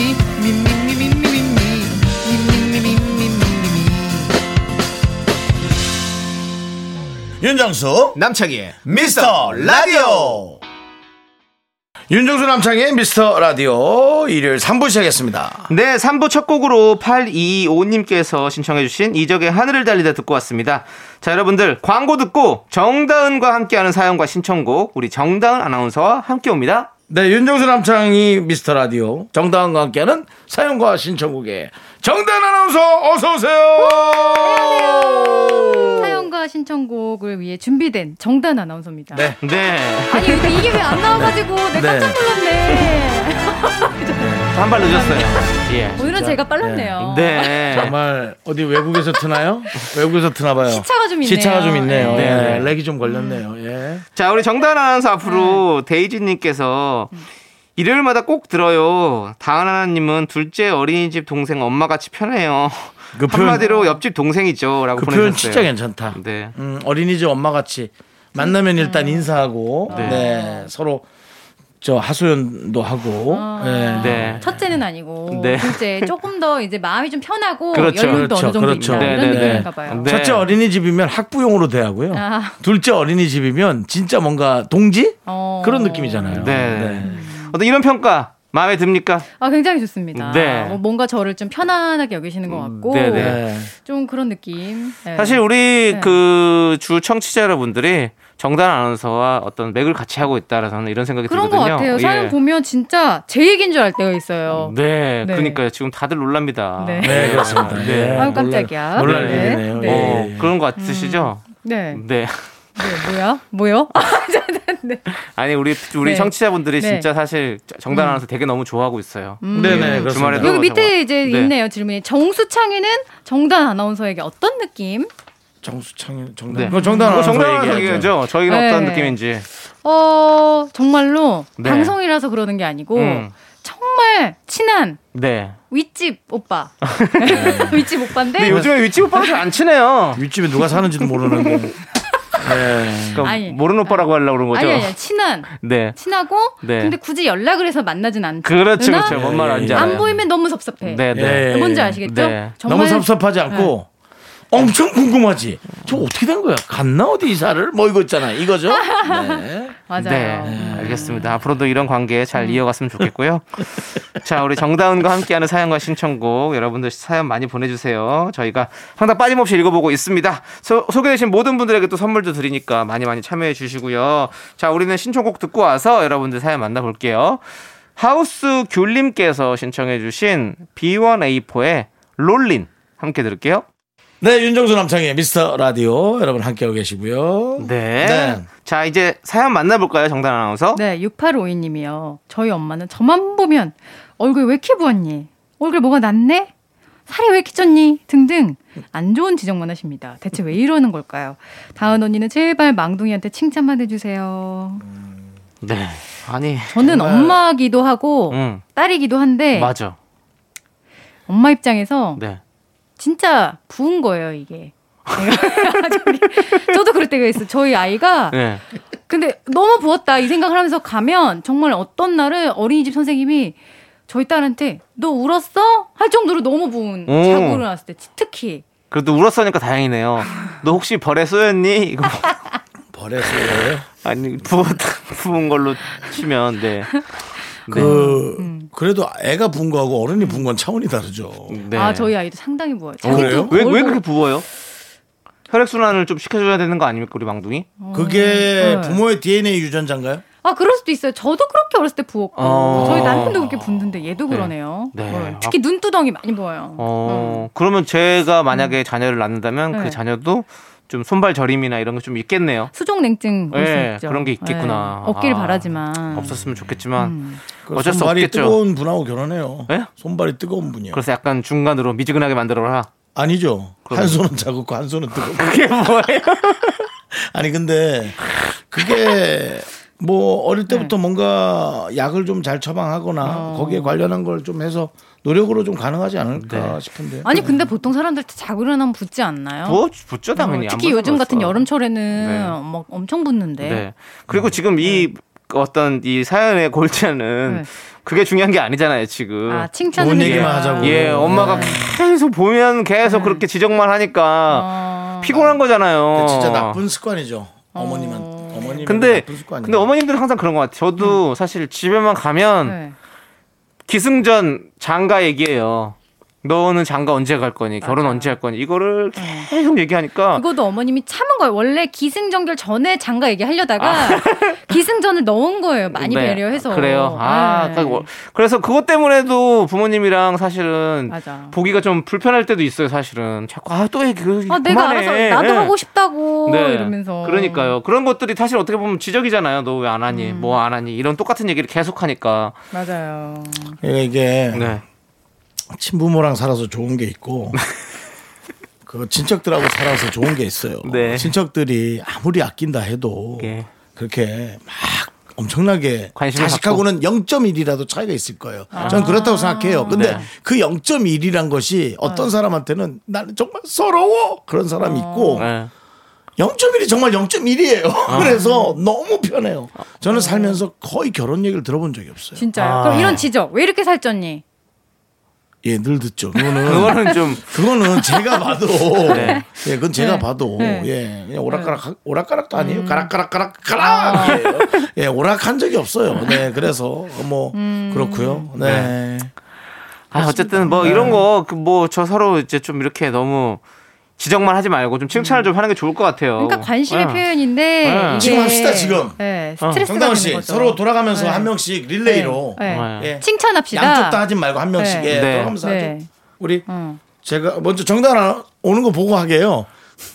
Speaker 1: 윤정수
Speaker 2: 남창희의
Speaker 1: 미스터 라디오. 윤정수 남창의 미스터 라디오 일요일 3부 시작했습니다.
Speaker 2: 네, 3부 첫 곡으로 8225님께서 신청해주신 이적의 하늘을 달리다 듣고 왔습니다. 자, 여러분들 광고 듣고 정다은과 함께하는 사연과 신청곡 우리 정다은 아나운서와 함께 옵니다.
Speaker 1: 네, 윤정수 남창이 미스터 라디오 정다은과 함께하는 사연과 신청곡의 정다은 아나운서 어서 오세요.
Speaker 5: 사연과 신청곡을 위해 준비된 정단 아나운서입니다.
Speaker 1: 네.
Speaker 2: 네,
Speaker 5: 아니 근데 이게 왜 안 나와가지고
Speaker 1: 네.
Speaker 5: 내가 깜짝 놀랐네.
Speaker 2: 한 발 늦었어요. 예.
Speaker 5: 오늘은 제가 빨랐네요.
Speaker 2: 네.
Speaker 1: 정말 어디 외국에서 트나요? 외국에서 트나 봐요.
Speaker 5: 시차가 좀 있네요.
Speaker 1: 시차가 좀 있네요.
Speaker 2: 네.
Speaker 1: 예,
Speaker 2: 네.
Speaker 1: 렉이 좀 걸렸네요. 예.
Speaker 2: 자, 우리 정다은 아나운서 앞으로
Speaker 1: 네.
Speaker 2: 데이지님께서 일요일마다 꼭 들어요. 다은 아나님은 둘째 어린이집 동생 엄마같이 편해요.
Speaker 1: 그 표현-
Speaker 2: 한마디로 옆집 동생이죠. 라고
Speaker 1: 그
Speaker 2: 보내주셨어요.
Speaker 1: 표현 진짜 괜찮다.
Speaker 2: 네.
Speaker 1: 음, 어린이집 엄마 같이 만나면 일단 인사하고 네.
Speaker 2: 네.
Speaker 1: 서로 저 하소연도 하고
Speaker 5: 아.
Speaker 1: 예.
Speaker 2: 네.
Speaker 5: 첫째는 아니고
Speaker 2: 네.
Speaker 5: 둘째 조금 더 이제 마음이 좀 편하고
Speaker 2: 그렇죠,
Speaker 5: 연륜도
Speaker 1: 그렇죠,
Speaker 5: 어느 정도
Speaker 1: 그렇죠.
Speaker 2: 네,
Speaker 5: 있다 이런
Speaker 2: 네, 네.
Speaker 5: 느낌인가 봐요.
Speaker 2: 네.
Speaker 1: 첫째 어린이집이면 학부용으로 대하고요.
Speaker 5: 아.
Speaker 1: 둘째 어린이집이면 진짜 뭔가 동지
Speaker 5: 어.
Speaker 1: 그런 느낌이잖아요.
Speaker 2: 네. 어떤 이런 평가 마음에 듭니까?
Speaker 5: 아 굉장히 좋습니다.
Speaker 2: 네.
Speaker 5: 뭐 뭔가 저를 좀 편안하게 여기시는 것 같고
Speaker 2: 네,
Speaker 1: 네.
Speaker 2: 네.
Speaker 5: 좀 그런 느낌. 네.
Speaker 2: 사실 우리
Speaker 5: 네.
Speaker 2: 그 주 청취자 여러분들이 정단 아나운서와 어떤 맥을 같이 하고 있다라는 이런 생각이
Speaker 5: 그런 것
Speaker 2: 들거든요. 예.
Speaker 5: 같아요. 사연 보면 진짜 제 얘기인 줄 알 때가 있어요.
Speaker 2: 네,
Speaker 5: 네.
Speaker 2: 그러니까요. 지금 다들 놀랍니다.
Speaker 5: 네.
Speaker 1: 네, 그렇습니다.
Speaker 2: 음. 네.
Speaker 1: 예.
Speaker 5: 아유 깜짝이야.
Speaker 1: 놀랄
Speaker 2: 네.
Speaker 1: 일이네요.
Speaker 5: 네.
Speaker 2: 어,
Speaker 1: 예.
Speaker 2: 그런 거 같으시죠?
Speaker 5: 네.
Speaker 2: 네.
Speaker 5: 네, 뭐야? 뭐요? 아, 네.
Speaker 2: 아니 우리 우리
Speaker 5: 네.
Speaker 2: 청취자분들이
Speaker 5: 네. 음.
Speaker 2: 진짜 사실 정단 아나운서 되게 너무 좋아하고 있어요.
Speaker 1: 네, 네,
Speaker 2: 예,
Speaker 1: 그렇습니다.
Speaker 2: 주말에도
Speaker 5: 여기 밑에
Speaker 2: 저거-
Speaker 5: 이제
Speaker 2: 네.
Speaker 5: 있네요 질문이 정수창이는 정단 아나운서에게 어떤 느낌?
Speaker 1: 정수창이 정답.
Speaker 2: 네.
Speaker 1: 그거 정답
Speaker 2: 그거 정단
Speaker 1: 정답
Speaker 2: 아나운서 얘기죠. 저희는
Speaker 5: 네.
Speaker 2: 어떤 느낌인지.
Speaker 5: 어 정말로
Speaker 2: 네.
Speaker 5: 방송이라서 그러는 게 아니고
Speaker 2: 음.
Speaker 5: 정말 친한
Speaker 2: 네.
Speaker 5: 윗집 오빠 윗집 오빠인데
Speaker 2: 근데 요즘에 위치 오빠가 잘 안 친해요.
Speaker 1: 윗집에 누가 사는지도 모르는데. 네.
Speaker 2: 그러니까
Speaker 5: 아니.
Speaker 2: 모르는 오빠라고 하려고 그런 거죠.
Speaker 5: 아니 아니 친한
Speaker 2: 네.
Speaker 5: 친하고
Speaker 2: 네.
Speaker 5: 근데 굳이 연락을 해서 만나진 않
Speaker 2: 그렇죠,
Speaker 5: 누나?
Speaker 2: 그렇죠. 뭔 말
Speaker 1: 예,
Speaker 2: 안지
Speaker 1: 예.
Speaker 2: 알아요.
Speaker 5: 안 보이면 너무 섭섭해.
Speaker 2: 네, 네.
Speaker 1: 예.
Speaker 5: 뭔지 아시겠죠?
Speaker 2: 네.
Speaker 5: 정말 네.
Speaker 1: 너무 섭섭하지 않고 엄청 궁금하지. 저 어떻게 된 거야? 갔나 어디 이사를? 뭐 이거 있잖아. 이거죠. 네.
Speaker 5: 맞아요. 음.
Speaker 2: 네, 알겠습니다. 앞으로도 이런 관계 잘 이어갔으면 좋겠고요. 자, 우리 정다은과 함께하는 사연과 신청곡 여러분들 사연 많이 보내주세요. 저희가 항상 빠짐없이 읽어보고 있습니다. 소, 소개되신 모든 분들에게 또 선물도 드리니까 많이 많이 참여해 주시고요. 자, 우리는 신청곡 듣고 와서 여러분들 사연 만나볼게요. 하우스 귤님께서 신청해 주신 B1A4의 롤린 함께 들을게요.
Speaker 1: 네, 윤정수 남창의 미스터 라디오 여러분 함께하고 계시고요.
Speaker 2: 네.
Speaker 1: 네.
Speaker 2: 자, 이제 사연 만나볼까요, 정단 아나운서?
Speaker 5: 네, 6852님이요. 저희 엄마는 저만 보면 얼굴 왜 이렇게 부었니? 얼굴 뭐가 났네? 살이 왜 이렇게 쪘니? 등등 안 좋은 지적만 하십니다. 대체 왜 이러는 걸까요? 다은 언니는 제발 망둥이한테 칭찬만 해주세요.
Speaker 2: 음, 네. 아니,
Speaker 5: 저는 엄마기도 하고
Speaker 2: 음,
Speaker 5: 딸이기도 한데
Speaker 2: 맞아.
Speaker 5: 엄마 입장에서
Speaker 2: 네.
Speaker 5: 진짜 부은 거예요 이게. 저기, 저도 그럴 때가 있어. 요 저희 아이가
Speaker 2: 네.
Speaker 5: 근데 너무 부었다 이 생각을 하면서 가면 정말 어떤 날은 어린이집 선생님이 저희 딸한테 너 울었어? 할 정도로 너무 부은
Speaker 2: 오.
Speaker 5: 자고를 났을 때 특히
Speaker 2: 그래도 울었으니까 다행이네요. 너 혹시 벌에 쏘였니? 이거 뭐,
Speaker 1: 벌에서요.
Speaker 2: 아니 부, 부은 걸로 치면 네.
Speaker 1: 그
Speaker 5: 음.
Speaker 1: 그래도 애가 부은 거하고 어른이 부은 건 차원이 다르죠.
Speaker 2: 네.
Speaker 5: 아 저희 아이도 상당히 부어요.
Speaker 1: 그래요?
Speaker 2: 왜, 왜
Speaker 5: 얼굴-
Speaker 2: 그렇게 부어요? 혈액 순환을 좀 시켜줘야 되는 거 아닙니까 우리 망둥이?
Speaker 1: 그게
Speaker 5: 네.
Speaker 1: 부모의 DNA 유전자인가요?
Speaker 5: 아 그럴 수도 있어요. 저도 그렇게 어렸을 때 부었고
Speaker 2: 어.
Speaker 5: 저희 남편도 그렇게 붓는데 얘도 그러네요.
Speaker 2: 네.
Speaker 5: 어, 특히 눈두덩이 많이 부어요.
Speaker 2: 어 그러면 제가 만약에 자녀를 낳는다면 그
Speaker 5: 음. 네.
Speaker 2: 자녀도 좀 손발 저림이나 이런 게 좀 있겠네요.
Speaker 5: 수족 냉증 올수
Speaker 2: 예,
Speaker 5: 있죠.
Speaker 2: 그런 게 있겠구나.
Speaker 5: 예, 없길
Speaker 2: 아,
Speaker 5: 바라지만
Speaker 2: 없었으면 좋겠지만
Speaker 5: 음.
Speaker 2: 어쩔
Speaker 1: 그
Speaker 2: 수
Speaker 1: 손발이
Speaker 2: 없겠죠.
Speaker 1: 뜨거운 분하고 결혼해요.
Speaker 2: 예?
Speaker 1: 손발이 뜨거운 분이요.
Speaker 2: 그래서 약간 중간으로 미지근하게 만들어라.
Speaker 1: 아니죠.
Speaker 2: 그럼.
Speaker 1: 한 손은 자극고 한 손은 뜨거워.
Speaker 2: 그게 뭐예요?
Speaker 1: 아니 근데 그게 뭐 어릴 때부터
Speaker 5: 네.
Speaker 1: 뭔가 약을 좀 잘 처방하거나
Speaker 5: 어.
Speaker 1: 거기에 관련한 걸 좀 해서 노력으로 좀 가능하지 않을까
Speaker 2: 네.
Speaker 1: 싶은데.
Speaker 5: 아니 근데 보통 사람들 자고 일어나면 붓지 않나요?
Speaker 2: 뭐 붙죠 당연히.
Speaker 5: 어,
Speaker 2: 안
Speaker 5: 특히
Speaker 2: 붙어서
Speaker 5: 요즘 같은
Speaker 2: 그랬어.
Speaker 5: 여름철에는
Speaker 2: 네.
Speaker 5: 막 엄청 붓는데.
Speaker 2: 네.
Speaker 5: 음.
Speaker 2: 그리고 지금 이 어떤 이 사연의 골자는
Speaker 5: 네.
Speaker 2: 그게 중요한 게 아니잖아요, 지금.
Speaker 5: 아, 네. 칭찬을
Speaker 1: 좋은
Speaker 5: 해줘야.
Speaker 1: 얘기만 하자고.
Speaker 2: 예, 엄마가 계속 보면 계속 그렇게 지적만 하니까
Speaker 5: 네. 어,
Speaker 2: 피곤한 거잖아요.
Speaker 1: 진짜 나쁜 습관이죠. 어머님한 어머님.
Speaker 2: 어. 근데 근데 어머님들은 항상 그런 것 같아요. 저도 사실 집에만 가면
Speaker 5: 음. 네.
Speaker 2: 기승전 장가 얘기해요. 너는 장가 언제 갈 거니? 결혼 언제 할 거니? 이거를 계속 얘기하니까
Speaker 5: 네. 그것도 어머님이 참은 거예요. 원래 기승전결 전에 장가 얘기하려다가 기승전을 넣은 거예요. 많이
Speaker 2: 아. 네.
Speaker 5: 배려해서.
Speaker 2: 그래요. 아,
Speaker 5: 네.
Speaker 2: 그러니까 뭐- 그래서 그것 때문에도 부모님이랑 사실은
Speaker 5: 맞아.
Speaker 2: 보기가 좀 불편할 때도 있어요, 사실은. 자꾸 아, 또 얘기 그
Speaker 5: 아, 내가 알아서 나도 하고 싶다고 이러면서.
Speaker 2: 네. 그러니까요. 그런 것들이 사실 어떻게 보면 지적이잖아요. 너 왜 안 하니?
Speaker 5: 음.
Speaker 2: 뭐 안 하니? 이런 똑같은 얘기를 계속 하니까.
Speaker 5: 맞아요.
Speaker 1: 그러니까 이게
Speaker 2: 네.
Speaker 1: 친부모랑 살아서 좋은 게 있고 그 친척들하고 살아서 좋은 게 있어요.
Speaker 2: 네.
Speaker 1: 친척들이 아무리 아낀다 해도
Speaker 2: 예.
Speaker 1: 그렇게 막 엄청나게
Speaker 2: 관심을 아.
Speaker 1: 자식하고는 0.1이라도 차이가 있을 거예요. 저는 그렇다고 생각해요. 근데
Speaker 2: 네.
Speaker 1: 그 0.1이란 것이 어떤 사람한테는 나는 정말 서러워 그런 사람이 있고
Speaker 2: 네. 어.
Speaker 1: 0.1이 정말 0.1이에요. 그래서 너무 편해요. 저는 살면서 거의 결혼 얘기를 들어본 적이 없어요.
Speaker 5: 진짜요. 그럼 이런 지적 왜 이렇게 살쪘니?
Speaker 1: 예, 늘 듣죠. 그거는
Speaker 2: 그거는 좀
Speaker 1: 그거는 제가 봐도
Speaker 2: 네.
Speaker 1: 예, 그건 제가
Speaker 5: 네.
Speaker 1: 봐도
Speaker 5: 네. 음.
Speaker 1: 예, 그냥 오락가락 오락가락도 아니에요. 가락가락가락가락 예, 오락한 적이 없어요.
Speaker 5: 아.
Speaker 1: 네, 그래서 뭐
Speaker 5: 음.
Speaker 1: 그렇고요. 네,
Speaker 2: 아, 어쨌든 뭐 이런 거 뭐 저 서로 이제 좀 이렇게 너무 지적만 하지 말고 좀 칭찬을 좀 하는 게 좋을 것 같아요.
Speaker 5: 음. 그러니까 관심의
Speaker 2: 네. 어.
Speaker 5: 표현인데 이게
Speaker 1: 지금 합시다, 지금.
Speaker 5: 네,
Speaker 1: 정다은
Speaker 5: 스트레스가
Speaker 1: 씨
Speaker 5: 되는 거죠.
Speaker 1: 서로 돌아가면서
Speaker 5: 네.
Speaker 1: 한 명씩 릴레이로
Speaker 5: 네.
Speaker 2: 네.
Speaker 1: 예,
Speaker 5: 칭찬합시다.
Speaker 1: 양쪽 다 하지 말고 한 명씩
Speaker 5: 네.
Speaker 1: 예,
Speaker 2: 네.
Speaker 1: 돌아가면서
Speaker 5: 네.
Speaker 1: 하죠. 우리
Speaker 5: 어.
Speaker 1: 제가 먼저 정다은 오는 거 보고 하게요.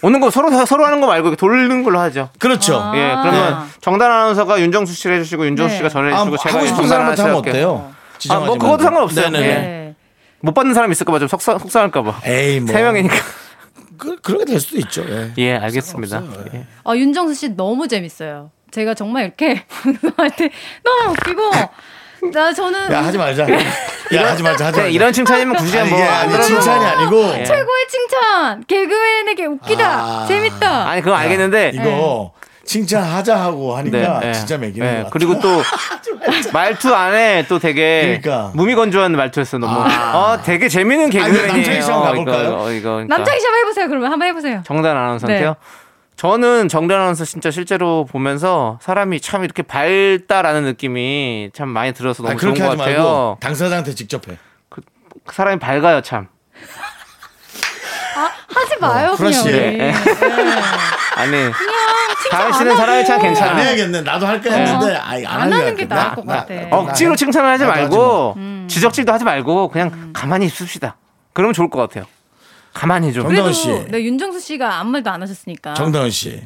Speaker 2: 오는 거 서로 서로 하는 거 말고 이렇게 돌리는 걸로 하죠.
Speaker 1: 그렇죠.
Speaker 5: 아.
Speaker 2: 예, 그러면 정단 아나운서가 윤정수 씨를 해주시고 윤정수
Speaker 5: 네.
Speaker 2: 씨가 저를
Speaker 1: 아,
Speaker 2: 해주고
Speaker 1: 뭐
Speaker 2: 제가
Speaker 1: 하고 싶은
Speaker 2: 정단
Speaker 1: 사람한테 하면
Speaker 2: 아나운서 할게요.
Speaker 1: 어때요?
Speaker 2: 아, 뭐
Speaker 1: 지정하지
Speaker 2: 그것도
Speaker 1: 말고.
Speaker 2: 상관없어요. 예.
Speaker 1: 네네네.
Speaker 5: 네.
Speaker 2: 못 받는 사람 있을까봐 좀 속상, 속상할까봐.
Speaker 1: 에이 뭐.
Speaker 2: 세 명이니까.
Speaker 1: 그, 그렇게 될 수도 있죠. 예.
Speaker 2: 예, 알겠습니다. 예.
Speaker 5: 어, 윤정수 씨 너무 재밌어요. 제가 정말 이렇게 방송할 때 너무 웃기고 나 저는
Speaker 1: 야 하지 말자. 야 하지 말자. 하지
Speaker 2: 그냥
Speaker 1: 말자.
Speaker 2: 이런 칭찬이면 굳이
Speaker 1: 아니,
Speaker 2: 뭐.
Speaker 1: 이게
Speaker 2: 안
Speaker 1: 아니,
Speaker 2: 들어도
Speaker 1: 칭찬이
Speaker 2: 뭐.
Speaker 1: 아니고
Speaker 2: 예.
Speaker 5: 최고의 칭찬 개그맨에게 웃기다
Speaker 1: 아.
Speaker 5: 재밌다
Speaker 2: 아니, 그건 알겠는데.
Speaker 1: 이거 칭찬하자 하고 하니까
Speaker 2: 네, 예.
Speaker 1: 진짜 매기는
Speaker 2: 예,
Speaker 1: 것 같아.
Speaker 2: 그리고 또 말투 안에 또 되게
Speaker 1: 그러니까. 아.
Speaker 2: 무미건조한 말투였어 너무. 어, 되게 재밌는 개그예요.
Speaker 1: 남창희 씨랑 가볼까요?
Speaker 2: 이거, 이거, 그러니까.
Speaker 5: 남창희 씨 한번 해보세요 그러면 한번 해보세요
Speaker 2: 정단 아나운서한테요.
Speaker 5: 네.
Speaker 2: 저는 정단 아나운서 진짜 실제로 보면서 사람이 참 이렇게 밝다라는 느낌이 참 많이 들어서 너무
Speaker 1: 아니,
Speaker 2: 좋은
Speaker 1: 그렇게
Speaker 2: 것
Speaker 1: 하지
Speaker 2: 같아요.
Speaker 1: 말고 당사자한테 직접 해.
Speaker 2: 사람이 밝아요 참.
Speaker 5: 아, 하지 마요 그냥
Speaker 1: 어, 그렇지.
Speaker 5: 우리.
Speaker 1: 예.
Speaker 5: 네.
Speaker 2: 아니
Speaker 5: 칭찬
Speaker 2: 다은
Speaker 5: 안
Speaker 2: 씨는
Speaker 5: 하고.
Speaker 2: 사람이 참
Speaker 1: 안
Speaker 2: 괜찮아.
Speaker 1: 해야겠네. 나도 할까 했는데 아이,
Speaker 5: 안
Speaker 1: 안, 하려고
Speaker 5: 하는 게
Speaker 1: 했다.
Speaker 5: 나을
Speaker 1: 나-
Speaker 5: 것
Speaker 1: 나-
Speaker 5: 같아.
Speaker 1: 나-
Speaker 2: 네. 어, 억지로 칭찬을 하지
Speaker 1: 나도 하지 뭐.
Speaker 2: 말고
Speaker 5: 음.
Speaker 2: 지적질도 하지 말고 그냥 가만히 있읍시다. 그러면 좋을 것 같아요. 가만히 좀.
Speaker 1: 정다은
Speaker 5: 그래도
Speaker 1: 씨,
Speaker 5: 네, 윤정수 씨가 아무 말도 안 하셨으니까
Speaker 1: 정다은 씨,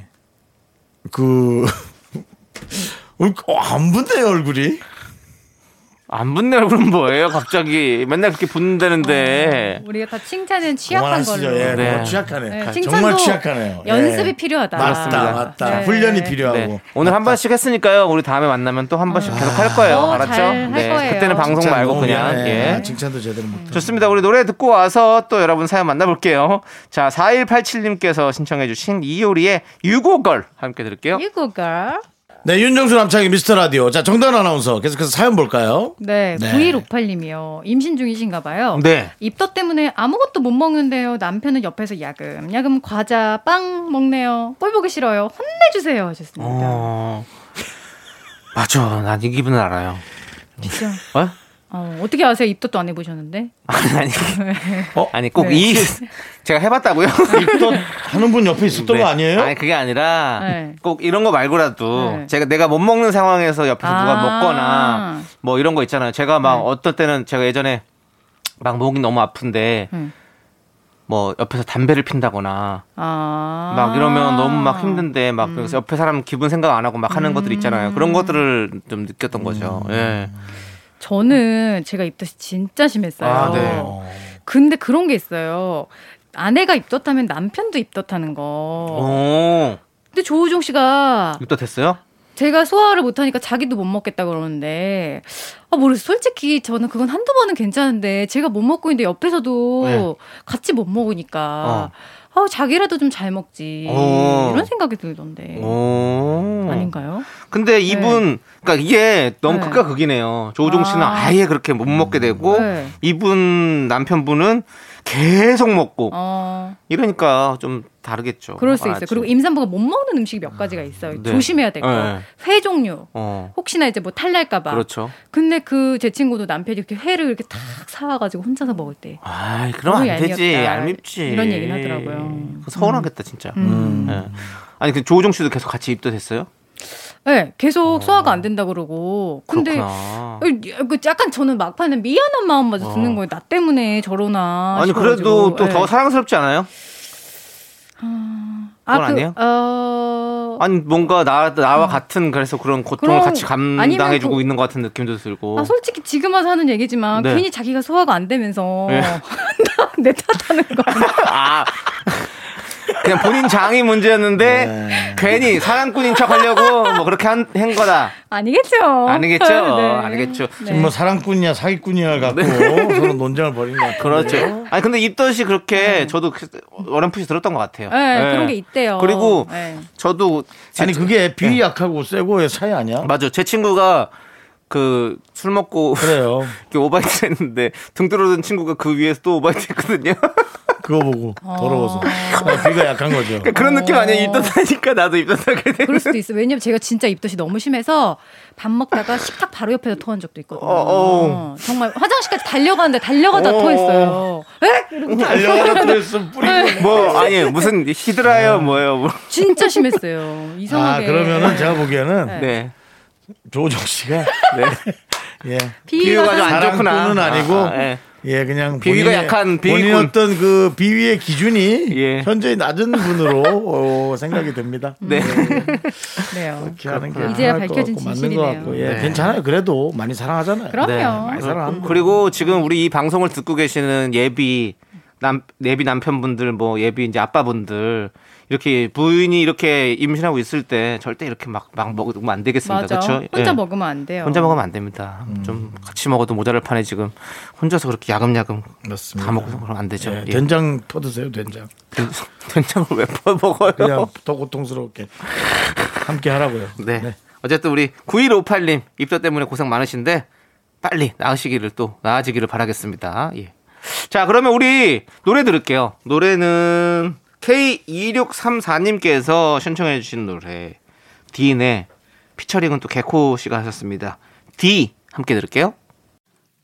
Speaker 1: 그. 어, 안 붙네요 얼굴이.
Speaker 2: 안 붙네 얼굴은 뭐예요 갑자기 맨날 그렇게 붙는다는데
Speaker 5: 우리가 다 칭찬은 취약한
Speaker 1: 그만하시죠.
Speaker 5: 걸로
Speaker 1: 예,
Speaker 2: 네.
Speaker 1: 그거 취약하네.
Speaker 5: 네,
Speaker 1: 정말
Speaker 5: 칭찬도
Speaker 1: 취약하네요. 예.
Speaker 5: 연습이 필요하다
Speaker 1: 맞다, 맞다.
Speaker 5: 네.
Speaker 1: 훈련이 필요하고.
Speaker 2: 네. 오늘 한 번씩 했으니까 우리 다음에 만나면 또 한 번씩 계속 할 거예요
Speaker 5: 어,
Speaker 2: 알았죠?
Speaker 5: 잘할
Speaker 2: 네.
Speaker 5: 거예요.
Speaker 2: 그때는 방송
Speaker 1: 칭찬
Speaker 2: 말고
Speaker 1: 너무
Speaker 2: 그냥
Speaker 1: 미안해.
Speaker 2: 예.
Speaker 1: 아, 칭찬도 제대로 못.
Speaker 2: 좋습니다. 우리 노래 듣고 와서 또 여러분 사연 만나볼게요. 자, 4187님께서 신청해주신 이효리의 유고걸 함께 들을게요.
Speaker 5: 이거 걸
Speaker 1: 네, 윤정수 남창희 미스터 라디오. 자, 정단 아나운서 계속해서 사연 볼까요?
Speaker 5: 네,
Speaker 1: 네.
Speaker 5: 9158님이요. 임신 중이신가 봐요.
Speaker 2: 네.
Speaker 5: 입덧 때문에 아무것도 못 먹는데요. 남편은 옆에서 야금야금 과자, 빵 먹네요. 꼴 보기 싫어요. 혼내주세요. 하셨습니다.
Speaker 2: 어, 맞아. 난 이 기분을 알아요.
Speaker 5: 진짜.
Speaker 2: 어?
Speaker 5: 어, 어떻게 아세요? 입덧도 안 해보셨는데?
Speaker 2: 아니, 어? 아니
Speaker 5: 네.
Speaker 2: 꼭 이 제가 해봤다고요?
Speaker 1: 입덧 하는 분 옆에 있었던
Speaker 2: 네.
Speaker 1: 거 아니에요?
Speaker 2: 아니 그게 아니라
Speaker 5: 네.
Speaker 2: 꼭 이런 거 말고라도
Speaker 5: 네.
Speaker 2: 제가 내가 못 먹는 상황에서 옆에서 누가
Speaker 5: 아. 네.
Speaker 2: 먹거나 뭐 이런 거 있잖아요. 제가 막 어떨 때는 제가 예전에 막 목이 너무 아픈데
Speaker 5: 네.
Speaker 2: 뭐 옆에서 담배를 핀다거나
Speaker 5: 아.
Speaker 2: 막 이러면 너무 막 힘든데 막
Speaker 5: 음.
Speaker 2: 그래서 옆에 사람 기분 생각 안 하고 막 하는 것들 있잖아요. 그런 것들을 좀 느꼈던 거죠.
Speaker 5: 음.
Speaker 2: 예.
Speaker 5: 저는 제가 입덧이 진짜 심했어요.
Speaker 2: 아, 네.
Speaker 5: 근데 그런 게 있어요. 아내가 입덧하면 남편도 입덧하는
Speaker 2: 어.
Speaker 5: 거.
Speaker 2: 오,
Speaker 5: 근데 조우종 씨가
Speaker 2: 육도 됐어요?
Speaker 5: 제가 소화를 못하니까 자기도 못 먹겠다 그러는데 아 모르겠어 솔직히 저는 그건 한두 번은 괜찮은데 제가 못 먹고 있는데 옆에서도
Speaker 2: 네.
Speaker 5: 같이 못 먹으니까 아 자기라도 좀 잘 먹지
Speaker 2: 어.
Speaker 5: 이런 생각이 들던데
Speaker 2: 오.
Speaker 5: 아닌가요?
Speaker 2: 근데 이분, 그러니까 이게 너무
Speaker 5: 네.
Speaker 2: 극과 극이네요. 조우종 씨는
Speaker 5: 아.
Speaker 2: 아예 그렇게 못 먹게 되고
Speaker 5: 네.
Speaker 2: 이분 남편분은 계속 먹고
Speaker 5: 어,
Speaker 2: 이러니까 좀 다르겠죠.
Speaker 5: 그럴 수 있어요.
Speaker 2: 뭐 아주.
Speaker 5: 그리고 임산부가 못 먹는 음식이 몇 가지가 있어요.
Speaker 2: 네.
Speaker 5: 조심해야 될 거.
Speaker 2: 네.
Speaker 5: 회 종류.
Speaker 2: 어.
Speaker 5: 혹시나 이제 뭐 탈날까봐.
Speaker 2: 그렇죠.
Speaker 5: 근데 그 제 친구도 남편이 이렇게 회를 이렇게 탁 사와가지고 혼자서 먹을 때.
Speaker 2: 아, 그럼 안
Speaker 5: 너무
Speaker 2: 되지.
Speaker 5: 얄밉다.
Speaker 2: 얄밉지.
Speaker 5: 이런 얘기는 하더라고요.
Speaker 2: 그거 서운하겠다 진짜.
Speaker 5: 음.
Speaker 2: 예. 아니 그 조우종 씨도 계속 같이 입덧했어요?
Speaker 5: 네, 계속 소화가 안 된다 그러고. 근데
Speaker 2: 어. 그렇구나. 어.
Speaker 5: 그 약간 저는 막판에 미안한 마음마저 드는 거예요. 나 때문에 저러나.
Speaker 2: 아니
Speaker 5: 싶어가지고.
Speaker 2: 그래도 또 더
Speaker 5: 예.
Speaker 2: 사랑스럽지 않아요?
Speaker 5: 아,
Speaker 2: 그건 아니에요?
Speaker 5: 어...
Speaker 2: 아니 뭔가 나 나와 같은 그래서 그런 고통을
Speaker 5: 음. 그럼
Speaker 2: 같이 감당해 주고
Speaker 5: 아니면 그-
Speaker 2: 있는 것 같은 느낌도 들고.
Speaker 5: 아, 솔직히 지금 와서 하는 얘기지만
Speaker 2: 뭐. 네.
Speaker 5: 괜히 자기가 소화가 안 되면서
Speaker 2: 예.
Speaker 5: 내 탓하는 거.
Speaker 2: 아. 그냥 본인 장이 문제였는데 괜히 사랑꾼인 척 하려고 뭐 그렇게 한, 한 거다.
Speaker 5: 아니겠죠.
Speaker 2: 아니겠죠.
Speaker 5: 네.
Speaker 2: 아니겠죠.
Speaker 5: 네.
Speaker 1: 지금 뭐 사랑꾼이야 사기꾼이야 갖고 서로 논쟁을 벌인 것 같아요.
Speaker 2: 그렇죠. 아니 근데 입덧이 그렇게 저도 그- 어렴풋이 들었던 것 같아요.
Speaker 5: 네,
Speaker 2: 예.
Speaker 5: 그런 게 있대요.
Speaker 2: 그리고
Speaker 5: 네.
Speaker 2: 저도 제-
Speaker 1: 아니 그게 비위 약하고 세고의 차이 아니야?
Speaker 2: 맞아. 제 친구가 그 술 먹고
Speaker 1: 그래요.
Speaker 2: 이렇게 오바이트 했는데 등 들어오던 친구가 그 위에서 또 오바이트 했거든요.
Speaker 1: 그거 보고 더러워서 아, 비위가 약한 거죠.
Speaker 2: 그러니까 그런 느낌
Speaker 5: 어.
Speaker 2: 아니에요? 입덧하니까 나도 입덧하게 돼.
Speaker 5: 그럴 수도 있어. 요 왜냐면 제가 진짜 입덧이 너무 심해서 밥 먹다가 식탁 바로 옆에서 토한 적도 있거든요.
Speaker 2: 어, 어.
Speaker 5: 어, 정말 화장실까지 달려가는데 달려가다
Speaker 2: 어.
Speaker 5: 토했어요. 에? 이러고
Speaker 1: 알려가다 그랬으면 뿌리.
Speaker 2: 뭐 아니 무슨 히드라요 뭐예요 뭐.
Speaker 5: 진짜 심했어요.
Speaker 1: 아
Speaker 5: 이상하게.
Speaker 1: 그러면은 제가 보기에는
Speaker 2: 네.
Speaker 1: 조정 씨가 예
Speaker 5: 비위가
Speaker 2: 비위가 좀 안 좋구나.
Speaker 1: 사랑꾼은 아니고
Speaker 2: 아, 아, 예.
Speaker 1: 예 그냥
Speaker 2: 비위가
Speaker 1: 본인의-
Speaker 2: 약한 비위군.
Speaker 1: 본인 어떤 그 비위의 기준이
Speaker 2: 예.
Speaker 1: 현저히 낮은 분으로 어, 생각이 됩니다.
Speaker 2: 네.
Speaker 5: 음. 네요.
Speaker 1: 이렇게 하는 게
Speaker 5: 이제야
Speaker 1: 편할 것
Speaker 5: 밝혀진
Speaker 1: 같고 맞는 것
Speaker 5: 진실이네요.
Speaker 1: 같고 예
Speaker 2: 네.
Speaker 1: 괜찮아요. 그래도 많이 사랑하잖아요.
Speaker 5: 그럼요.
Speaker 1: 네, 많이 사랑합니다.
Speaker 2: 음. 그리고 지금 우리 이 방송을 듣고 계시는 예비 남 예비 남편분들 뭐 예비 이제 아빠분들 이렇게 부인이 이렇게 임신하고 있을 때 절대 이렇게 막 막 먹으면 안 되겠습니다.
Speaker 5: 맞아.
Speaker 2: 그렇죠?
Speaker 1: 예.
Speaker 5: 혼자 먹으면 안 돼요.
Speaker 2: 혼자 먹으면 안 됩니다.
Speaker 1: 음.
Speaker 2: 좀 같이 먹어도 모자랄 판에 지금 혼자서 그렇게 야금야금
Speaker 1: 그렇습니다.
Speaker 2: 다 먹어서 그러면 안 되죠.
Speaker 1: 예,
Speaker 2: 예.
Speaker 1: 된장 퍼드세요 된장.
Speaker 2: 된- 된장을 왜
Speaker 1: 그냥
Speaker 2: 먹어요?
Speaker 1: 더 고통스럽게 함께 하라고요.
Speaker 2: 네. 어쨌든 우리 9158님 입덧 때문에 고생 많으신데 빨리 나으시기를 또 나아지기를 바라겠습니다. 예. 자, 그러면 우리 노래 들을게요. 노래는 K2634님께서 신청해 주신 노래 디인의 피처링은 또 개코 씨가 하셨습니다. D 함께 들을게요.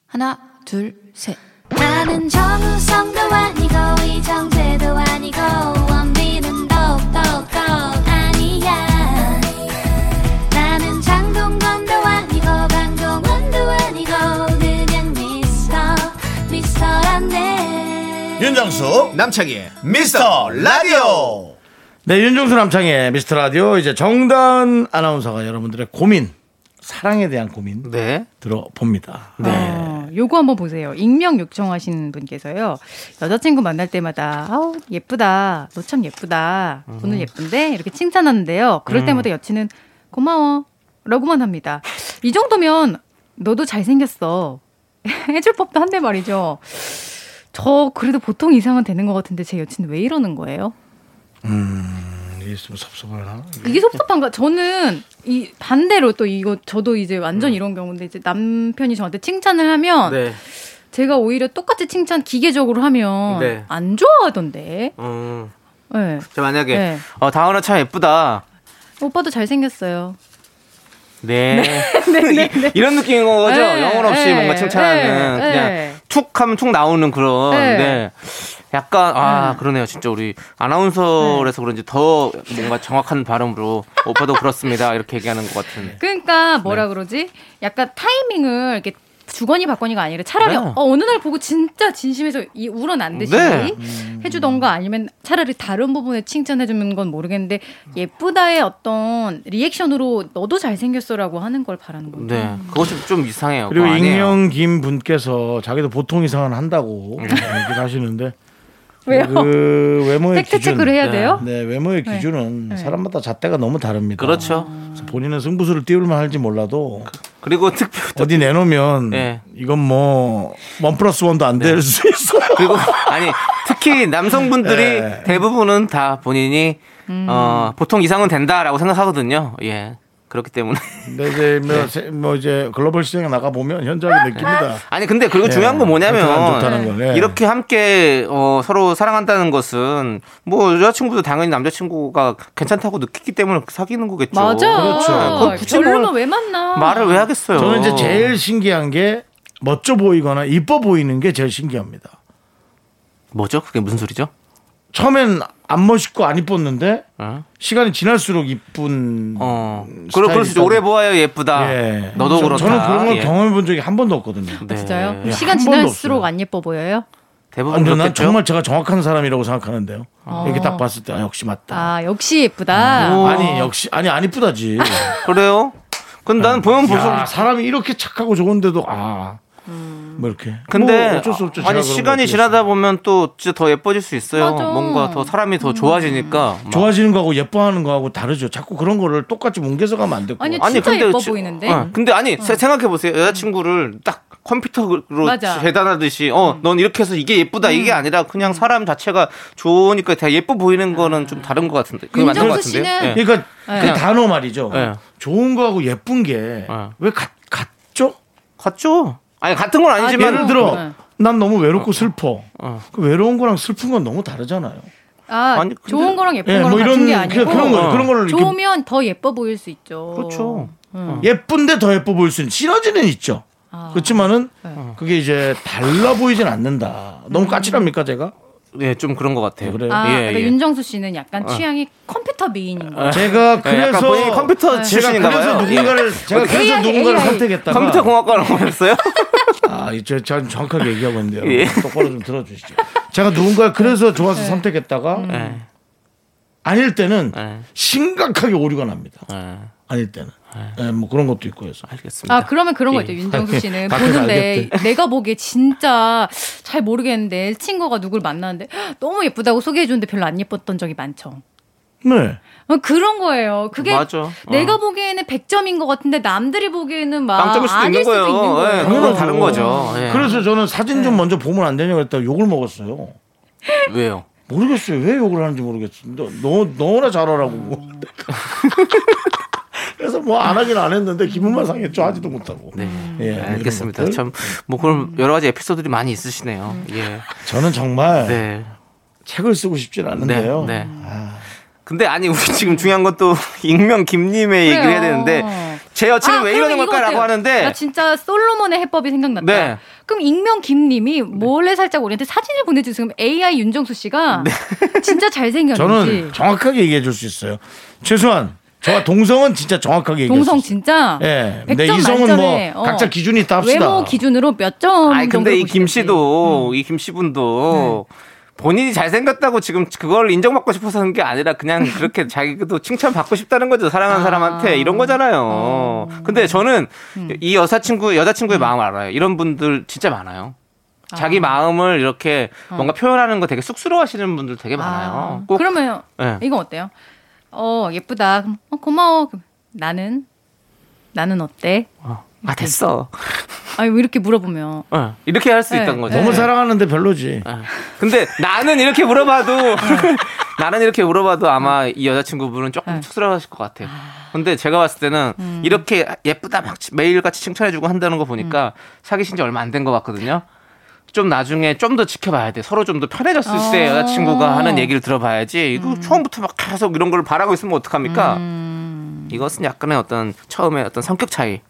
Speaker 6: 하나, 둘, 셋.
Speaker 3: 나는 정우성도 아니고 이정재도 아니고 원빈은 더욱더 아니야 나는 장동건도 아니고 강동원도 아니고 그냥 미스터 미스터란데
Speaker 1: 윤정수 어? 남창희 미스터 라디오 네 윤정수 남창희 미스터 라디오 이제 정다은 아나운서가 여러분들의 고민 사랑에 대한 고민
Speaker 2: 네.
Speaker 1: 들어봅니다
Speaker 5: 어, 요거 한번 보세요. 익명 요청하신 분께서요. 여자친구 만날 때마다 아우 예쁘다. 너 참 예쁘다. 오늘 예쁜데 이렇게 칭찬하는데요. 그럴 때마다 여친은 고마워. 라고만 합니다. 이 정도면 너도 잘생겼어. 해줄 법도 한데 말이죠. 저 그래도 보통 이상은 되는 것 같은데 제 여친 왜 이러는 거예요?
Speaker 1: 이게 아, 예, 좀 섭섭하나
Speaker 5: 이게 섭섭한가? 저는 이 반대로 또 이거 저도 이제 완전 이런 경우인데 이제 남편이 저한테 칭찬을 하면
Speaker 2: 네.
Speaker 5: 제가 오히려 똑같이 칭찬 기계적으로 하면
Speaker 2: 네.
Speaker 5: 안 좋아하던데.
Speaker 2: 음.
Speaker 5: 네.
Speaker 2: 자, 만약에
Speaker 5: 네.
Speaker 2: 어, 다은아 참 예쁘다.
Speaker 5: 오빠도 잘생겼어요.
Speaker 2: 네. 이, 런 느낌인 거죠.
Speaker 5: 네,
Speaker 2: 영혼 없이
Speaker 5: 네,
Speaker 2: 뭔가 칭찬하는
Speaker 5: 네,
Speaker 2: 그냥
Speaker 5: 네.
Speaker 2: 툭 하면 툭 나오는 그런.
Speaker 5: 네. 음.
Speaker 2: 네. 약간 아 그러네요. 진짜 우리 아나운서라서
Speaker 5: 네.
Speaker 2: 그런지 더 뭔가 정확한 발음으로 오빠도 그렇습니다 이렇게 얘기하는 것 같은.
Speaker 5: 그러니까
Speaker 2: 네.
Speaker 5: 뭐라 그러지? 약간 타이밍을 이렇게 주거니 받거니가 아니라 차라리
Speaker 2: 네.
Speaker 5: 어, 어느 날 보고 진짜 진심에서 이 우러난듯이
Speaker 2: 네.
Speaker 5: 해주던가 아니면 차라리 다른 부분에 칭찬해주는 건 모르겠는데 예쁘다의 어떤 리액션으로 너도 잘생겼어라고 하는 걸 바라는 거죠.
Speaker 2: 네. 그것이 좀 이상해요.
Speaker 1: 그리고
Speaker 2: 그거 아니에요.
Speaker 1: 익명 김 분께서 자기도 보통 이상은 한다고
Speaker 2: 음.
Speaker 1: 얘기를 하시는데
Speaker 5: 왜요?
Speaker 1: 그 외모의
Speaker 5: 팩트
Speaker 1: 기준
Speaker 5: 체크를 해야 돼요?
Speaker 1: 네 외모의
Speaker 5: 네.
Speaker 1: 기준은
Speaker 5: 네.
Speaker 1: 사람마다 잣대가 너무 다릅니다
Speaker 2: 그렇죠.
Speaker 5: 아.
Speaker 1: 그래서 본인은 승부수를 띄울만 할지 몰라도
Speaker 2: 그리고 특별
Speaker 1: 어디 내놓으면
Speaker 2: 네.
Speaker 1: 이건 뭐 원 플러스 원도 안 될 수 있어요.
Speaker 2: 그리고 아니 특히
Speaker 1: 네.
Speaker 2: 남성분들이
Speaker 5: 음.
Speaker 2: 대부분은 다 본인이 어, 보통 이상은 된다라고 생각하거든요. 예. 그렇기 때문에
Speaker 1: 근데 이제 뭐, 세- 뭐 이제 글로벌 시장에 나가 보면 현저하게 느낍니다.
Speaker 2: 아니 근데 그리고 중요한 건
Speaker 1: 네. 안
Speaker 2: 뭐냐면
Speaker 1: 좋다는 걸, 예.
Speaker 2: 이렇게 함께 어, 서로 사랑한다는 것은 뭐 여자친구도 당연히 남자친구가 괜찮다고 느끼기 때문에 사귀는 거겠죠. 네,
Speaker 5: 맞아. 아.
Speaker 2: 그걸 굳이 뭐 뭘
Speaker 5: 결론은 왜 만나?
Speaker 2: 그렇죠. 말을 왜 아. 하겠어요?
Speaker 1: 그렇죠. 저는 이제 제일 신기한 게 멋져 보이거나 이뻐 보이는 게 제일 신기합니다.
Speaker 2: 뭐죠? 그게 무슨 소리죠?
Speaker 1: 처음엔 안 멋있고 안 이뻤는데
Speaker 2: 어.
Speaker 1: 시간이 지날수록 이쁜.
Speaker 2: 어.
Speaker 1: 음, 스타일이
Speaker 2: 그리고 그럴 수 있죠.
Speaker 1: 있다고.
Speaker 2: 오래 보아요 예쁘다.
Speaker 1: 예.
Speaker 2: 너도
Speaker 1: 저-
Speaker 2: 그렇다.
Speaker 1: 저는 그런 걸
Speaker 2: 예.
Speaker 1: 경험해 본 적이 한 번도 없거든요.
Speaker 2: 네.
Speaker 5: 진짜요?
Speaker 2: 예.
Speaker 1: 한
Speaker 5: 시간
Speaker 1: 번도
Speaker 5: 지날수록
Speaker 1: 없어요.
Speaker 5: 안 예뻐 보여요?
Speaker 2: 대부분
Speaker 1: 아니, 난
Speaker 2: 그렇겠죠.
Speaker 1: 정말 제가 정확한 사람이라고 생각하는데요. 이렇게 딱 봤을 때 아, 역시 맞다.
Speaker 5: 아 역시 예쁘다.
Speaker 2: 음.
Speaker 1: 아니 역시 아니 안 이쁘다지.
Speaker 2: 그래요? 근데 나는 보면 볼수록
Speaker 1: 야, 뭐 사람이 이렇게 착하고 좋은데도 아.
Speaker 5: 음.
Speaker 1: 뭐 이렇게.
Speaker 2: 근데
Speaker 1: 뭐 어쩔 수 없죠. 제가
Speaker 2: 아니
Speaker 1: 그런 거
Speaker 2: 시간이
Speaker 1: 어떻게
Speaker 2: 지나다 보면 또 진짜 더 예뻐질 수 있어요.
Speaker 5: 맞아. 음.
Speaker 2: 뭔가 더 사람이 더 좋아지니까. 막.
Speaker 1: 좋아지는 거하고 예뻐하는 거하고 다르죠. 자꾸 그런 거를 똑같이 뭉개서 가면 안 되고.
Speaker 5: 아니, 진짜 예뻐 보이는데?
Speaker 2: 어,
Speaker 5: 어.
Speaker 2: 근데 아니 생각해 보세요. 여자친구를 딱 컴퓨터로
Speaker 5: 맞아. 음.
Speaker 2: 재단하듯이 어, 넌 이렇게 해서 이게 예쁘다 이게 아니라 그냥 사람 자체가 좋으니까 다 예뻐 보이는 거는 좀 다른 것 같은데. 그게 맞는 것
Speaker 5: 아. 윤정수
Speaker 2: 같은데.
Speaker 5: 씨는
Speaker 2: 예.
Speaker 1: 그러니까
Speaker 5: 네.
Speaker 1: 그 단어 말이죠.
Speaker 2: 네.
Speaker 1: 좋은 거하고 예쁜 게
Speaker 2: 네.
Speaker 1: 왜 같, 같죠?
Speaker 2: 같죠. 아니 같은 건 아니지만 어,
Speaker 1: 예를 들어
Speaker 5: 네.
Speaker 1: 난 너무 외롭고 슬퍼. 그 외로운 거랑 슬픈 건 너무 다르잖아요.
Speaker 5: 아
Speaker 2: 아니, 근데-
Speaker 5: 좋은 거랑 예쁜
Speaker 1: 예,
Speaker 5: 거랑
Speaker 1: 뭐
Speaker 5: 같은
Speaker 1: 이런
Speaker 5: 게
Speaker 1: 그냥
Speaker 5: 아니고 어.
Speaker 1: 그런 거 그런 거를 이렇게 음.
Speaker 5: 좋으면 더 예뻐 보일 수 있죠.
Speaker 2: 그렇죠.
Speaker 1: 예쁜데 더 예뻐 보일 수 있는 시너지는 있죠.
Speaker 5: 아.
Speaker 1: 그렇지만은
Speaker 5: 네.
Speaker 1: 그게 이제 달라 보이진 않는다. 너무 까칠합니까 제가?
Speaker 2: 예, 좀 그런 것 같아요.
Speaker 1: 그래요.
Speaker 5: 음. 아
Speaker 2: 예,
Speaker 5: 그러니까
Speaker 2: 예.
Speaker 5: 윤정수 씨는 약간 취향이 컴퓨터 미인인 거.
Speaker 1: 제가
Speaker 2: 예, 약간
Speaker 1: 그래서
Speaker 2: 본인이 컴퓨터
Speaker 5: 아.
Speaker 1: 제가
Speaker 2: 출신인가
Speaker 1: 그래서
Speaker 2: 봐요. 예.
Speaker 1: 누군가를 제가 그래서
Speaker 5: AI.
Speaker 1: 누군가를 선택했다가 예.
Speaker 2: 컴퓨터 공학과라고 그랬어요?
Speaker 1: 아, 이제 전 정확하게 얘기하고 있는데요.
Speaker 2: 예.
Speaker 1: 똑바로 좀 들어주시죠. 제가 누군가를 그래서 좋아서 선택했다가
Speaker 2: 예.
Speaker 1: 아닐 때는
Speaker 2: 예.
Speaker 1: 심각하게 오류가 납니다.
Speaker 2: 예.
Speaker 1: 아닐 때는
Speaker 2: 네.
Speaker 1: 예, 뭐 그런 것도 있고 해서
Speaker 2: 알겠습니다.
Speaker 5: 아 그러면 그런 거
Speaker 2: 예.
Speaker 5: 있죠 윤정수 씨는
Speaker 1: 밖에서
Speaker 5: 보는데
Speaker 1: 알겠대.
Speaker 5: 내가 보기에 진짜 잘 모르겠는데 친구가 누굴 만났는데 헉, 너무 예쁘다고 소개해 주는데 별로 안 예뻤던 적이 많죠.
Speaker 1: 네.
Speaker 5: 어, 그런 거예요. 그게
Speaker 2: 맞아. 어.
Speaker 5: 내가 보기에는 100점인 것 같은데 남들이 보기에는 막
Speaker 2: 빵점일 수도
Speaker 5: 아닐
Speaker 2: 있는 거예요.
Speaker 5: 수도 있는 거예요.
Speaker 2: 예, 그건
Speaker 1: 당연하죠.
Speaker 2: 다른 거죠. 예.
Speaker 1: 그래서 저는 사진 좀 먼저 보면 안 되냐고 했다가 욕을 먹었어요.
Speaker 2: 왜요?
Speaker 1: 모르겠어요. 왜 욕을 하는지 모르겠어요. 너, 너 너나 잘하라고. 그래서 뭐 안 하긴 안 했는데 기분만 상했죠. 하지도 못하고. 네. 예, 뭐 이런
Speaker 2: 알겠습니다.
Speaker 1: 것들.
Speaker 2: 참 뭐
Speaker 5: 음.
Speaker 2: 그런 여러 가지 에피소드들이 많이 있으시네요. 예.
Speaker 1: 저는 정말
Speaker 2: 네.
Speaker 1: 책을 쓰고 싶진 않은데요. 아,
Speaker 2: 네. 근데 아니 우리 지금 중요한 건 또 익명 김님의 얘기를 해야
Speaker 5: 그래요.
Speaker 2: 되는데 제 여친은
Speaker 5: 아,
Speaker 2: 왜
Speaker 5: 그러면
Speaker 2: 이러는
Speaker 5: 이거
Speaker 2: 걸까라고
Speaker 5: 어때요?
Speaker 2: 하는데
Speaker 5: 나 진짜 솔로몬의 해법이 생각났다.
Speaker 2: 네.
Speaker 5: 그럼 익명 김님이 몰래 살짝 우리한테 사진을 보내주세요. 그럼 AI 윤정수 씨가 진짜 잘생겼는지 네.
Speaker 1: 저는 정확하게 얘기해 줄 수 있어요. 최소한 저와 동성은 진짜 정확하게 얘기해
Speaker 5: 동성
Speaker 1: 요
Speaker 5: 진짜
Speaker 1: 예.
Speaker 5: 100점
Speaker 1: 근데 이성은 뭐
Speaker 5: 만점에, 어,
Speaker 1: 각자 기준이 있다 합시다.
Speaker 5: 외모 기준으로 몇 점
Speaker 2: 아니
Speaker 5: 정도
Speaker 2: 근데 이
Speaker 5: 보시는지. 음. 네.
Speaker 2: 김씨도 이 김씨분도 본인이 잘생겼다고 지금 그걸 인정받고 싶어서 하는 게 아니라 그냥 그렇게 자기도 칭찬받고 싶다는 거죠
Speaker 5: 아.
Speaker 2: 사랑하는 사람한테 이런
Speaker 5: 어.
Speaker 2: 거잖아요 근데 저는
Speaker 5: 음.
Speaker 2: 이 여사친구 여자친구의 마음을 알아요 이런 분들 진짜 많아요 자기 마음을 이렇게 뭔가 표현하는 거 되게 쑥스러워하시는 분들 되게 많아요
Speaker 5: 어. 아,
Speaker 2: 꼭
Speaker 5: 그러면
Speaker 2: 예.
Speaker 5: 이건 어때요? 어 예쁘다. 그럼, 어, 고마워. 그럼 나는 나는 어때?
Speaker 2: 어, 아 됐어
Speaker 5: 아니 왜 이렇게 물어보면
Speaker 2: 어, 이렇게 할 수
Speaker 5: 네,
Speaker 2: 있다는 거죠.
Speaker 1: 너무
Speaker 2: 네.
Speaker 1: 사랑하는데 별로지.
Speaker 2: 어. 근데 나는 이렇게 물어봐도 나는 이렇게 물어봐도 아마 이 여자친구분은 조금
Speaker 5: 네.
Speaker 2: 쑥스러워하실 것 음. 같아요. 음. 근데 제가 봤을 때는 이렇게 예쁘다 막 매일같이 칭찬해주고 한다는 거 보니까 사귀신 지 얼마 안 된 것 같거든요. 좀 나중에 좀 더 지켜봐야 돼. 서로 좀 더 편해졌을 때 여자친구가 하는 얘기를 들어봐야지. 이거 어. 처음부터 막 계속 이런 걸 바라고 있으면 어떡합니까? 이것은 약간의 어떤 처음에 어떤 성격 차이.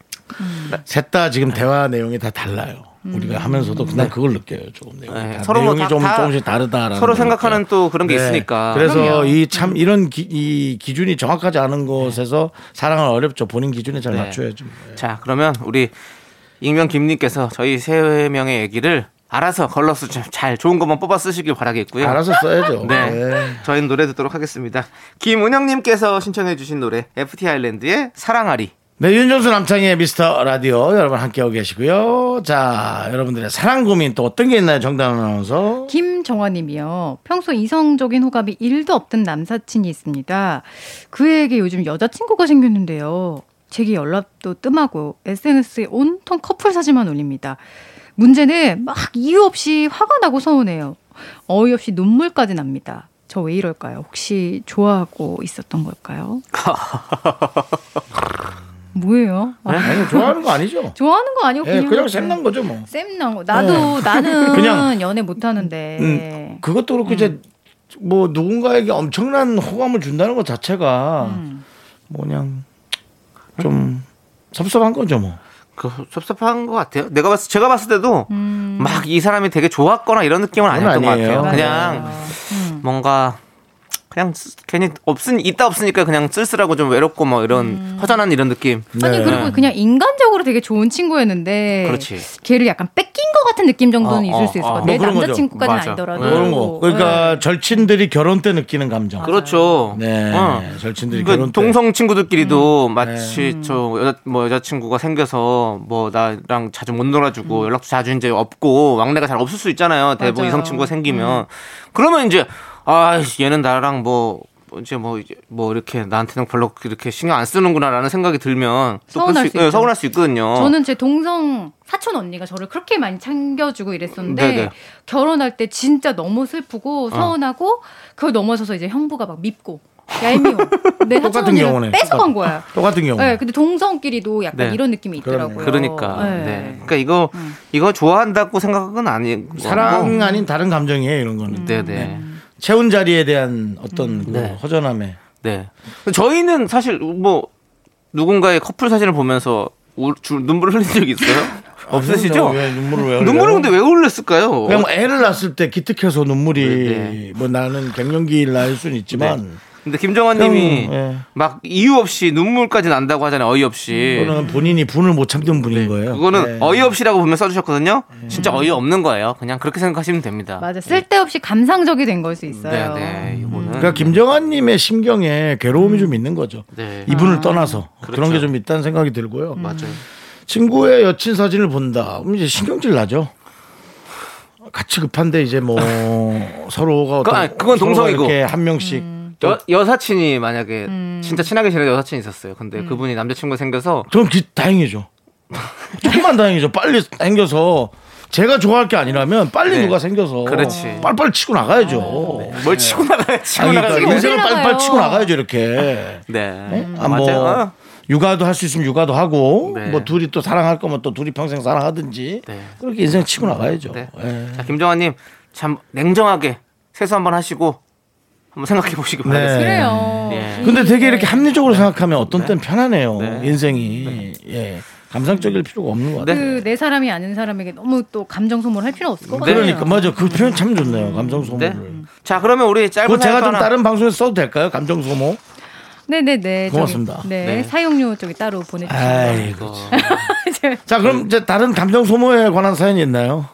Speaker 1: 셋 다 지금 대화 내용이 다 달라요. 우리가 하면서도 난 그걸 느껴요. 조금 내용이
Speaker 2: 네,
Speaker 1: 다.
Speaker 2: 서로 뭐
Speaker 1: 내용이
Speaker 2: 다-
Speaker 1: 좀
Speaker 2: 다
Speaker 1: 조금씩 다르다라는
Speaker 2: 서로
Speaker 1: 걸
Speaker 2: 생각하는
Speaker 1: 느껴요.
Speaker 2: 또 그런 게
Speaker 1: 네.
Speaker 2: 있으니까.
Speaker 1: 그래서 이 참 이런 기, 이 기준이 정확하지 않은 것에서 사랑은 어렵죠. 본인 기준에 잘
Speaker 2: 네.
Speaker 1: 맞춰야죠.
Speaker 2: 자, 그러면 우리 익명 김님께서 저희 세 명의 얘기를 알아서 걸러서 좀잘 좋은 것만 뽑아 쓰시길 바라겠고요.
Speaker 1: 알아서 써야죠.
Speaker 2: 네.
Speaker 1: 네.
Speaker 2: 저희는 노래 듣도록 하겠습니다. 김은영님께서 신청해주신 노래, FT 아일랜드의 사랑아리.
Speaker 1: 네, 윤정수 남창희의 미스터 라디오 여러분 함께하고 계시고요. 자, 여러분들의 사랑 고민 또 어떤 게 있나요? 정답 아나운서.
Speaker 5: 김정화님이요. 평소 이성적인 호감이 1도 없던 남사친이 있습니다. 그에게 요즘 여자친구가 생겼는데요. 제게 연락도 뜸하고 SNS에 온통 커플 사진만 올립니다. 문제는 막 이유 없이 화가 나고 서운해요. 어이없이 눈물까지 납니다. 저 왜 이럴까요? 혹시 좋아하고 있었던 걸까요? 뭐예요? 아,
Speaker 1: 아니 좋아하는 거 아니죠?
Speaker 5: 좋아하는 거 아니고
Speaker 1: 예,
Speaker 5: 그냥
Speaker 1: 그냥 샘난 거죠 뭐.
Speaker 5: 쌤난 거. 나도 나는
Speaker 1: 네. 그냥.
Speaker 5: 연애 못 하는데.
Speaker 1: 음, 그것도 그렇고 이제 뭐 누군가에게 엄청난 호감을 준다는 것 자체가 뭐 그냥 좀 섭섭한 거죠 뭐.
Speaker 2: 그 섭섭한 것 같아요. 내가 봤을 제가 봤을 때도
Speaker 5: 음.
Speaker 2: 막 이 사람이 되게 좋았거나 이런 느낌은
Speaker 1: 그건
Speaker 2: 아니었던
Speaker 1: 아니에요.
Speaker 2: 것 같아요. 음. 그냥 뭔가 그냥 쓰- 괜히 없은 있다 없으니까 그냥 쓸쓸하고 좀 외롭고 뭐 이런 허전한 이런 느낌.
Speaker 5: 아니
Speaker 1: 네.
Speaker 5: 그리고 그냥 인간적으로 되게 좋은 친구였는데
Speaker 2: 그렇지.
Speaker 5: 걔를 약간 뺏긴 것 같은 느낌 정도는
Speaker 2: 어,
Speaker 5: 있을 수 있을
Speaker 2: 어,
Speaker 5: 것
Speaker 2: 어.
Speaker 5: 같아. 내
Speaker 1: 뭐 그런 거죠. 네,
Speaker 5: 남자친구까지는
Speaker 2: 맞아.
Speaker 5: 아니더라도.
Speaker 1: 그런 거.
Speaker 5: 네.
Speaker 1: 그러니까 절친들이 결혼 때 느끼는 감정.
Speaker 2: 그렇죠.
Speaker 1: 네,
Speaker 2: 어.
Speaker 1: 절친들이
Speaker 2: 그
Speaker 1: 결혼 때.
Speaker 2: 동성 친구들끼리도
Speaker 5: 음.
Speaker 2: 마치
Speaker 5: 네.
Speaker 2: 저 여자 뭐 여자친구가 생겨서 뭐 나랑 자주 못 놀아주고 연락도 자주 이제 없고 왕래가 잘 없을 수 있잖아요. 대부분
Speaker 5: 음. 맞아요. 음.
Speaker 2: 이성 친구가 생기면 그러면 이제 아 얘는 나랑 뭐 이제 뭐 이제 뭐 이렇게 나한테는 별로 이렇게 신경 안 쓰는구나라는 생각이 들면 또 그럴
Speaker 5: 서운할 수
Speaker 2: 예,
Speaker 5: 있죠.
Speaker 2: 서운할 수
Speaker 1: 어.
Speaker 2: 있거든요.
Speaker 5: 저는 제 동성 사촌 언니가 저를 그렇게 많이 챙겨주고
Speaker 1: 음,
Speaker 5: 이랬었는데
Speaker 2: 네네.
Speaker 5: 결혼할 때 진짜 너무
Speaker 1: 어.
Speaker 5: 슬프고 서운하고 그걸 넘어서서 이제 형부가 막 밉고 얄미워. 내 사촌
Speaker 1: 똑같은 경우네.
Speaker 5: 언니를
Speaker 1: 똑같-
Speaker 5: 뺏어간 거야.
Speaker 1: 똑같은 경우.
Speaker 5: 네, 근데 동성끼리도 약간
Speaker 2: 네.
Speaker 5: 이런 느낌이 있더라고요.
Speaker 2: 그러니까
Speaker 5: 네. 음.
Speaker 2: 네. 그러니까 이거 이거 좋아한다고 생각은 아니
Speaker 1: 사랑 아닌 다른 감정이에요 이런 거는.
Speaker 2: 어.
Speaker 5: 음.
Speaker 2: 네네.
Speaker 1: 채운 자리에 대한 어떤 그
Speaker 2: 네.
Speaker 1: 허전함에.
Speaker 2: 네. 저희는 사실 뭐 누군가의 커플 사진을 보면서 울, 주, 눈물을 흘린 적이 있어요? 없으시죠?
Speaker 1: 왜 눈물을 왜 흘려요?
Speaker 2: 눈물을 근데 왜 흘렸을까요?
Speaker 1: 그냥 뭐 애를 낳았을 때 기특해서 눈물이
Speaker 2: 네,
Speaker 1: 뭐 나는 갱년기를 낳을 수는 있지만
Speaker 2: 근데 김정환님이
Speaker 1: 그냥, 예.
Speaker 2: 막 이유 없이 눈물까지 난다고 하잖아요. 어이없이.
Speaker 1: 그거는 본인이 분을 못 참던 분인 음, 거예요.
Speaker 2: 네.
Speaker 1: 예.
Speaker 2: 그거는
Speaker 1: 네.
Speaker 2: 어이없이라고 보면 써주셨거든요. 진짜 어이없는 거예요. 그냥 그렇게 생각하시면 됩니다.
Speaker 5: 맞아. 쓸데없이 감상적이 된 걸 수 있어요.
Speaker 2: 네, 네. 이거는
Speaker 1: 그러니까 김정환님의 심경에 괴로움이 좀 있는 거죠.
Speaker 2: 네.
Speaker 1: 이분을 떠나서 그런
Speaker 2: 그렇죠. 음.
Speaker 1: 게 좀 있다는 생각이 들고요.
Speaker 2: 맞아요.
Speaker 1: 친구의 여친 사진을 본다. 그럼 이제 신경질 나죠. 같이 급한데 이제 뭐 서로가 어떤
Speaker 2: 아니, 그건
Speaker 1: 서로가
Speaker 2: 동성이고. 음.
Speaker 1: 이렇게 한 명씩
Speaker 2: 여, 여사친이 만약에 진짜 친하게 지내는 여사친이 있었어요. 근데 그분이 남자친구 가 생겨서
Speaker 1: 그럼 기, 다행이죠. 정말 다행이죠. 빨리 생겨서 제가 좋아할 게 아니라면 빨리
Speaker 2: 네.
Speaker 1: 누가 생겨서
Speaker 2: 그렇지.
Speaker 1: 빨빨 치고 나가야죠.
Speaker 2: 뭘 치고 나가야 치고
Speaker 1: 네. 아니,
Speaker 2: 나가야
Speaker 1: 그러니까
Speaker 5: 치고
Speaker 1: 인생을
Speaker 5: 나가요.
Speaker 1: 빨빨 치고 나가야죠 이렇게.
Speaker 2: 네.
Speaker 1: 아,
Speaker 2: 맞아요.
Speaker 1: 뭐
Speaker 2: 어.
Speaker 1: 육아도 할 수 있으면 육아도 하고
Speaker 2: 네.
Speaker 1: 뭐 둘이 또 사랑할 거면 또 둘이 평생 사랑하든지
Speaker 2: 네.
Speaker 1: 그렇게 인생 치고 나가야죠.
Speaker 2: 네.
Speaker 1: 예.
Speaker 2: 자, 김정환님 참 냉정하게 세수 한번 하시고 한번 생각해
Speaker 1: 네.
Speaker 2: 보시기 바라겠습니다.
Speaker 5: 그래요. 음.
Speaker 2: 예.
Speaker 1: 근데 되게 이렇게 합리적으로 생각하면 어떤 땐 편하네요.
Speaker 2: 네.
Speaker 1: 인생이 예. 감상적일 필요가 없는 것 같아요.
Speaker 5: 그 내 사람이 아닌 사람에게 너무 또 감정 소모를 할 필요는 없을 것 같아요.
Speaker 1: 그러니까 맞아 그 표현 참 좋네요. 감정 소모를.
Speaker 2: 네. 자, 그러면 우리 짧은
Speaker 1: 그거 제가
Speaker 2: 사연
Speaker 1: 좀
Speaker 2: 하나-
Speaker 1: 다른 방송에서 써도 될까요? 감정 소모.
Speaker 5: 네네네. 저기,
Speaker 1: 고맙습니다.
Speaker 5: 네,
Speaker 2: 네.
Speaker 5: 사용료 쪽에 따로 보내주시면.
Speaker 1: 아이
Speaker 2: 이거.
Speaker 1: 자 그럼 이제 다른 감정 소모에 관한 사연이 있나요?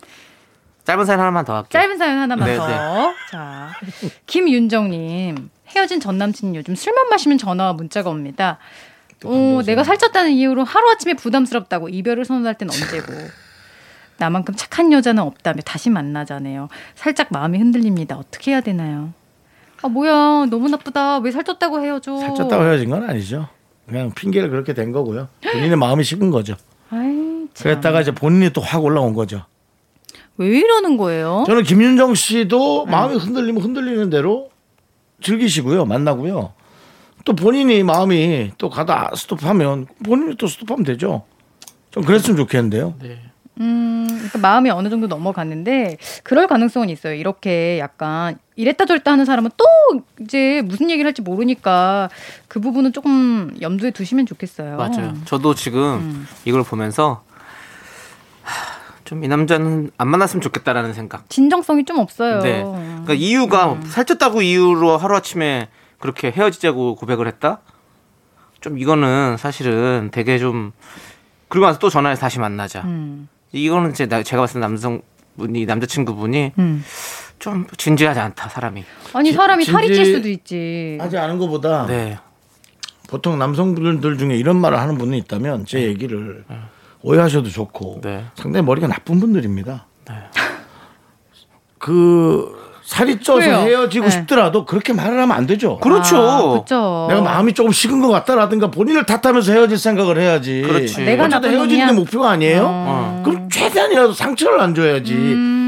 Speaker 2: 짧은 사연 하나만 더 할게요.
Speaker 5: 짧은 사연 하나만
Speaker 2: 네,
Speaker 5: 더.
Speaker 2: 네.
Speaker 5: 자, 김윤정님 헤어진 전 남친 요즘 술만 마시면 전화와 문자가 옵니다. 오, 내가 살쪘다는 이유로 하루 아침에 부담스럽다고 이별을 선언할 땐 언제고. 나만큼 착한 여자는 없다며 다시 만나자네요. 살짝 마음이 흔들립니다. 어떻게 해야 되나요? 아 뭐야 너무 나쁘다. 왜 살쪘다고 헤어져?
Speaker 1: 살쪘다고 헤어진 건 아니죠. 그냥 핑계를 그렇게 된 거고요. 본인의 마음이 식은 거죠.
Speaker 5: 아이, 참.
Speaker 1: 그랬다가 이제 본인이 또 확 올라온 거죠.
Speaker 5: 왜 이러는 거예요?
Speaker 1: 저는 김윤정 씨도
Speaker 5: 네.
Speaker 1: 마음이 흔들리면 흔들리는 대로 즐기시고요. 만나고요. 또 본인이 마음이 또 가다 스톱하면 본인이 또 스톱하면 되죠. 좀 그랬으면 좋겠는데요.
Speaker 5: 네. 음, 그러니까 마음이 어느 정도 넘어갔는데 그럴 가능성은 있어요. 이렇게 약간 이랬다 저랬다 하는 사람은 또 이제 무슨 얘기를 할지 모르니까 그 부분은 조금 염두에 두시면 좋겠어요.
Speaker 2: 맞아요. 저도 지금 이걸 보면서 좀 이 남자는 안 만났으면 좋겠다라는 생각.
Speaker 5: 진정성이 좀 없어요.
Speaker 2: 네. 그러니까 이유가 살쪘다고 이유로 하루아침에 그렇게 헤어지자고 고백을 했다? 좀 이거는 사실은 되게 좀 그리고 나서 또 전화해서 다시 만나자.
Speaker 5: 음.
Speaker 2: 이거는 제 제가 봤을 때 남성분이 남자친구분이
Speaker 5: 음.
Speaker 2: 좀 진지하지 않다 사람이.
Speaker 5: 아니 사람이 살이
Speaker 1: 진지-
Speaker 5: 찔 수도
Speaker 2: 아,
Speaker 5: 있지. 아,
Speaker 1: 하지 않은 것보다
Speaker 2: 네.
Speaker 1: 보통 남성분들 중에 이런 말을 하는 분이 있다면 제 얘기를 오해하셔도 좋고
Speaker 2: 네.
Speaker 1: 상당히 머리가 나쁜 분들입니다.
Speaker 2: 네.
Speaker 1: 그 살이 쪄서
Speaker 5: 왜요?
Speaker 1: 헤어지고
Speaker 5: 네.
Speaker 1: 싶더라도 그렇게 말을 하면 안 되죠.
Speaker 2: 그렇죠.
Speaker 5: 그렇죠.
Speaker 1: 내가 마음이 조금 식은 것 같다라든가 본인을 탓하면서 헤어질 생각을 해야지.
Speaker 2: 그렇지.
Speaker 5: 내가
Speaker 1: 어쨌든
Speaker 5: 나쁜
Speaker 1: 헤어지는 게
Speaker 5: 놈이야?
Speaker 1: 목표가 아니에요.
Speaker 2: 어.
Speaker 1: 그럼 최대한이라도 상처를 안 줘야지.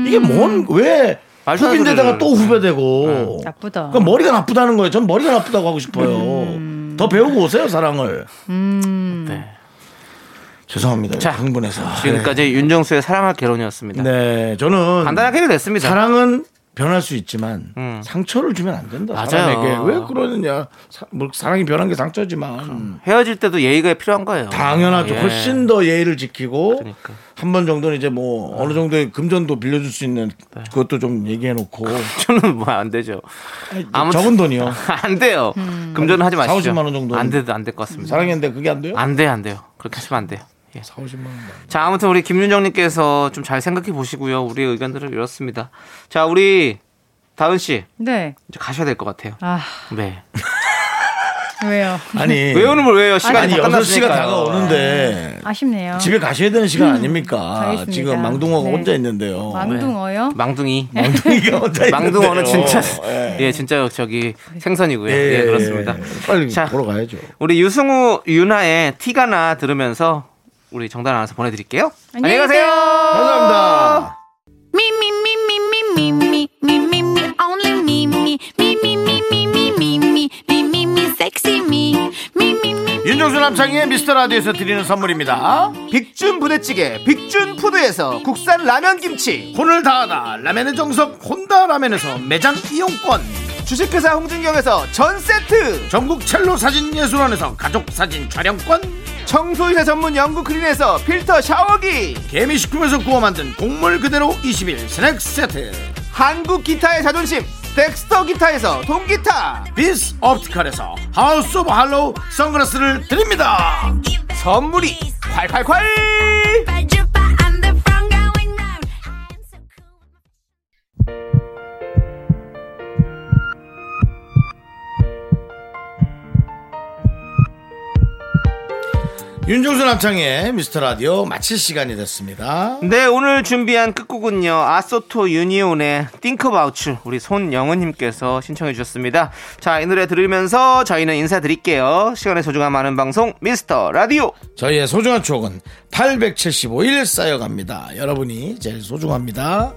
Speaker 1: 이게 뭔왜
Speaker 2: 말도 안
Speaker 1: 후배인데다가
Speaker 2: 되는
Speaker 1: 또 후배되고.
Speaker 5: 음. 나쁘다.
Speaker 2: 뭐- 음.
Speaker 1: 그러니까 머리가 나쁘다는 거예요. 전 머리가 나쁘다고 하고 싶어요. 더 배우고 오세요 사랑을.
Speaker 2: 네.
Speaker 1: 죄송합니다.
Speaker 2: 자,
Speaker 1: 흥분해서.
Speaker 2: 지금까지 윤정수의 사랑할 결혼이었습니다.
Speaker 1: 네, 저는
Speaker 2: 간단하게 해결됐습니다.
Speaker 1: 사랑은 변할 수 있지만
Speaker 2: 음.
Speaker 1: 상처를 주면 안 된다.
Speaker 2: 맞아요.
Speaker 1: 사람에게 왜 그러느냐? 사, 뭐 사랑이 변한 게 상처지만
Speaker 2: 헤어질 때도 예의가 필요한 거예요.
Speaker 1: 당연하죠.
Speaker 2: 예.
Speaker 1: 훨씬 더 예의를 지키고
Speaker 2: 그러니까.
Speaker 1: 한 번 정도는 이제 뭐 어느 정도의 금전도 빌려줄 수 있는
Speaker 2: 네.
Speaker 1: 그것도 좀 얘기해놓고
Speaker 2: 저는 뭐 안 되죠. 아무튼-
Speaker 1: 적은 돈이요.
Speaker 2: 안 돼요. 금전은 하지 마시죠.
Speaker 1: 40, 50만 원 정도는.
Speaker 2: 안 돼도 안 될 것 같습니다.
Speaker 1: 사랑했는데 그게 안 돼요?
Speaker 2: 안 돼요, 안 돼요. 그렇게 하시면 안 돼요. 예.
Speaker 1: 4, 50만 어? 원.
Speaker 2: 자, 아무튼 우리 김윤정님께서 좀 잘 생각해 보시고요. 우리 의견들을 이렇습니다. 자, 우리 다은 씨
Speaker 5: 네.
Speaker 2: 이제 가셔야 될 것 같아요.
Speaker 5: 아,
Speaker 2: 네.
Speaker 5: 왜요?
Speaker 1: 아니
Speaker 4: 예.
Speaker 2: 외우는 걸 왜요? 시간이
Speaker 1: 아니
Speaker 2: 다
Speaker 1: 여섯 시가
Speaker 2: 끝났으니까요.
Speaker 1: 다가오는데
Speaker 5: 아쉽네요.
Speaker 1: 집에 가셔야 되는 시간 아닙니까?
Speaker 5: 음, 알겠습니다.
Speaker 1: 지금 망동화가
Speaker 5: 네.
Speaker 1: 혼자 있는데요.
Speaker 5: 망둥어요?
Speaker 2: 망둥이.
Speaker 1: 망둥이가 혼자 있는데요.
Speaker 2: 망둥어는 진짜
Speaker 1: 예.
Speaker 2: 예, 진짜 저기 생선이고요. 예, 그렇습니다.
Speaker 1: 예. 빨리
Speaker 2: 자.
Speaker 1: 보러 가야죠.
Speaker 2: 우리 유승우 윤아의 티가 나 들으면서 우리 정단 안에서 보내드릴게요. 안녕히 가세요.
Speaker 1: 감사합니다.
Speaker 5: 어.
Speaker 6: Me, me, me, me, me, me, me, me, me, me, only me, me, me, me, me, me, me, me, me, me, me, me, sexy me, me, me, me.
Speaker 1: 윤종수 남창희의 미스터 라디오에서 드리는 선물입니다.
Speaker 4: 빅준 부대찌개 빅준 푸드에서 국산 라면 김치
Speaker 1: 혼을 다하다 라면의 정석 혼다 라면에서 매장 이용권
Speaker 4: 주식회사 홍진경에서 전 세트
Speaker 1: 전국 첼로 사진 예술원에서 가족 사진 촬영권
Speaker 4: 청소이사 전문 영국 크린에서 필터 샤워기
Speaker 1: 개미식품에서 구워 만든 곡물 그대로 20일 스낵 세트
Speaker 4: 한국 기타의 자존심 덱스터 기타에서 동기타
Speaker 1: 비스 옵티컬에서 하우스 오브 할로우 선글라스를 드립니다.
Speaker 4: 선물이 콸콸콸
Speaker 1: 윤종수 남창희의 미스터 라디오 마칠 시간이 됐습니다.
Speaker 2: 네, 오늘 준비한 끝곡은요. 아소토 유니온의 Think About You 우리 손영은님께서 신청해 주셨습니다. 자, 이 노래 들으면서 저희는 인사드릴게요. 시간의 소중함 많은 방송 미스터 라디오.
Speaker 1: 저희의 소중한 추억은 875일 쌓여갑니다. 여러분이 제일 소중합니다.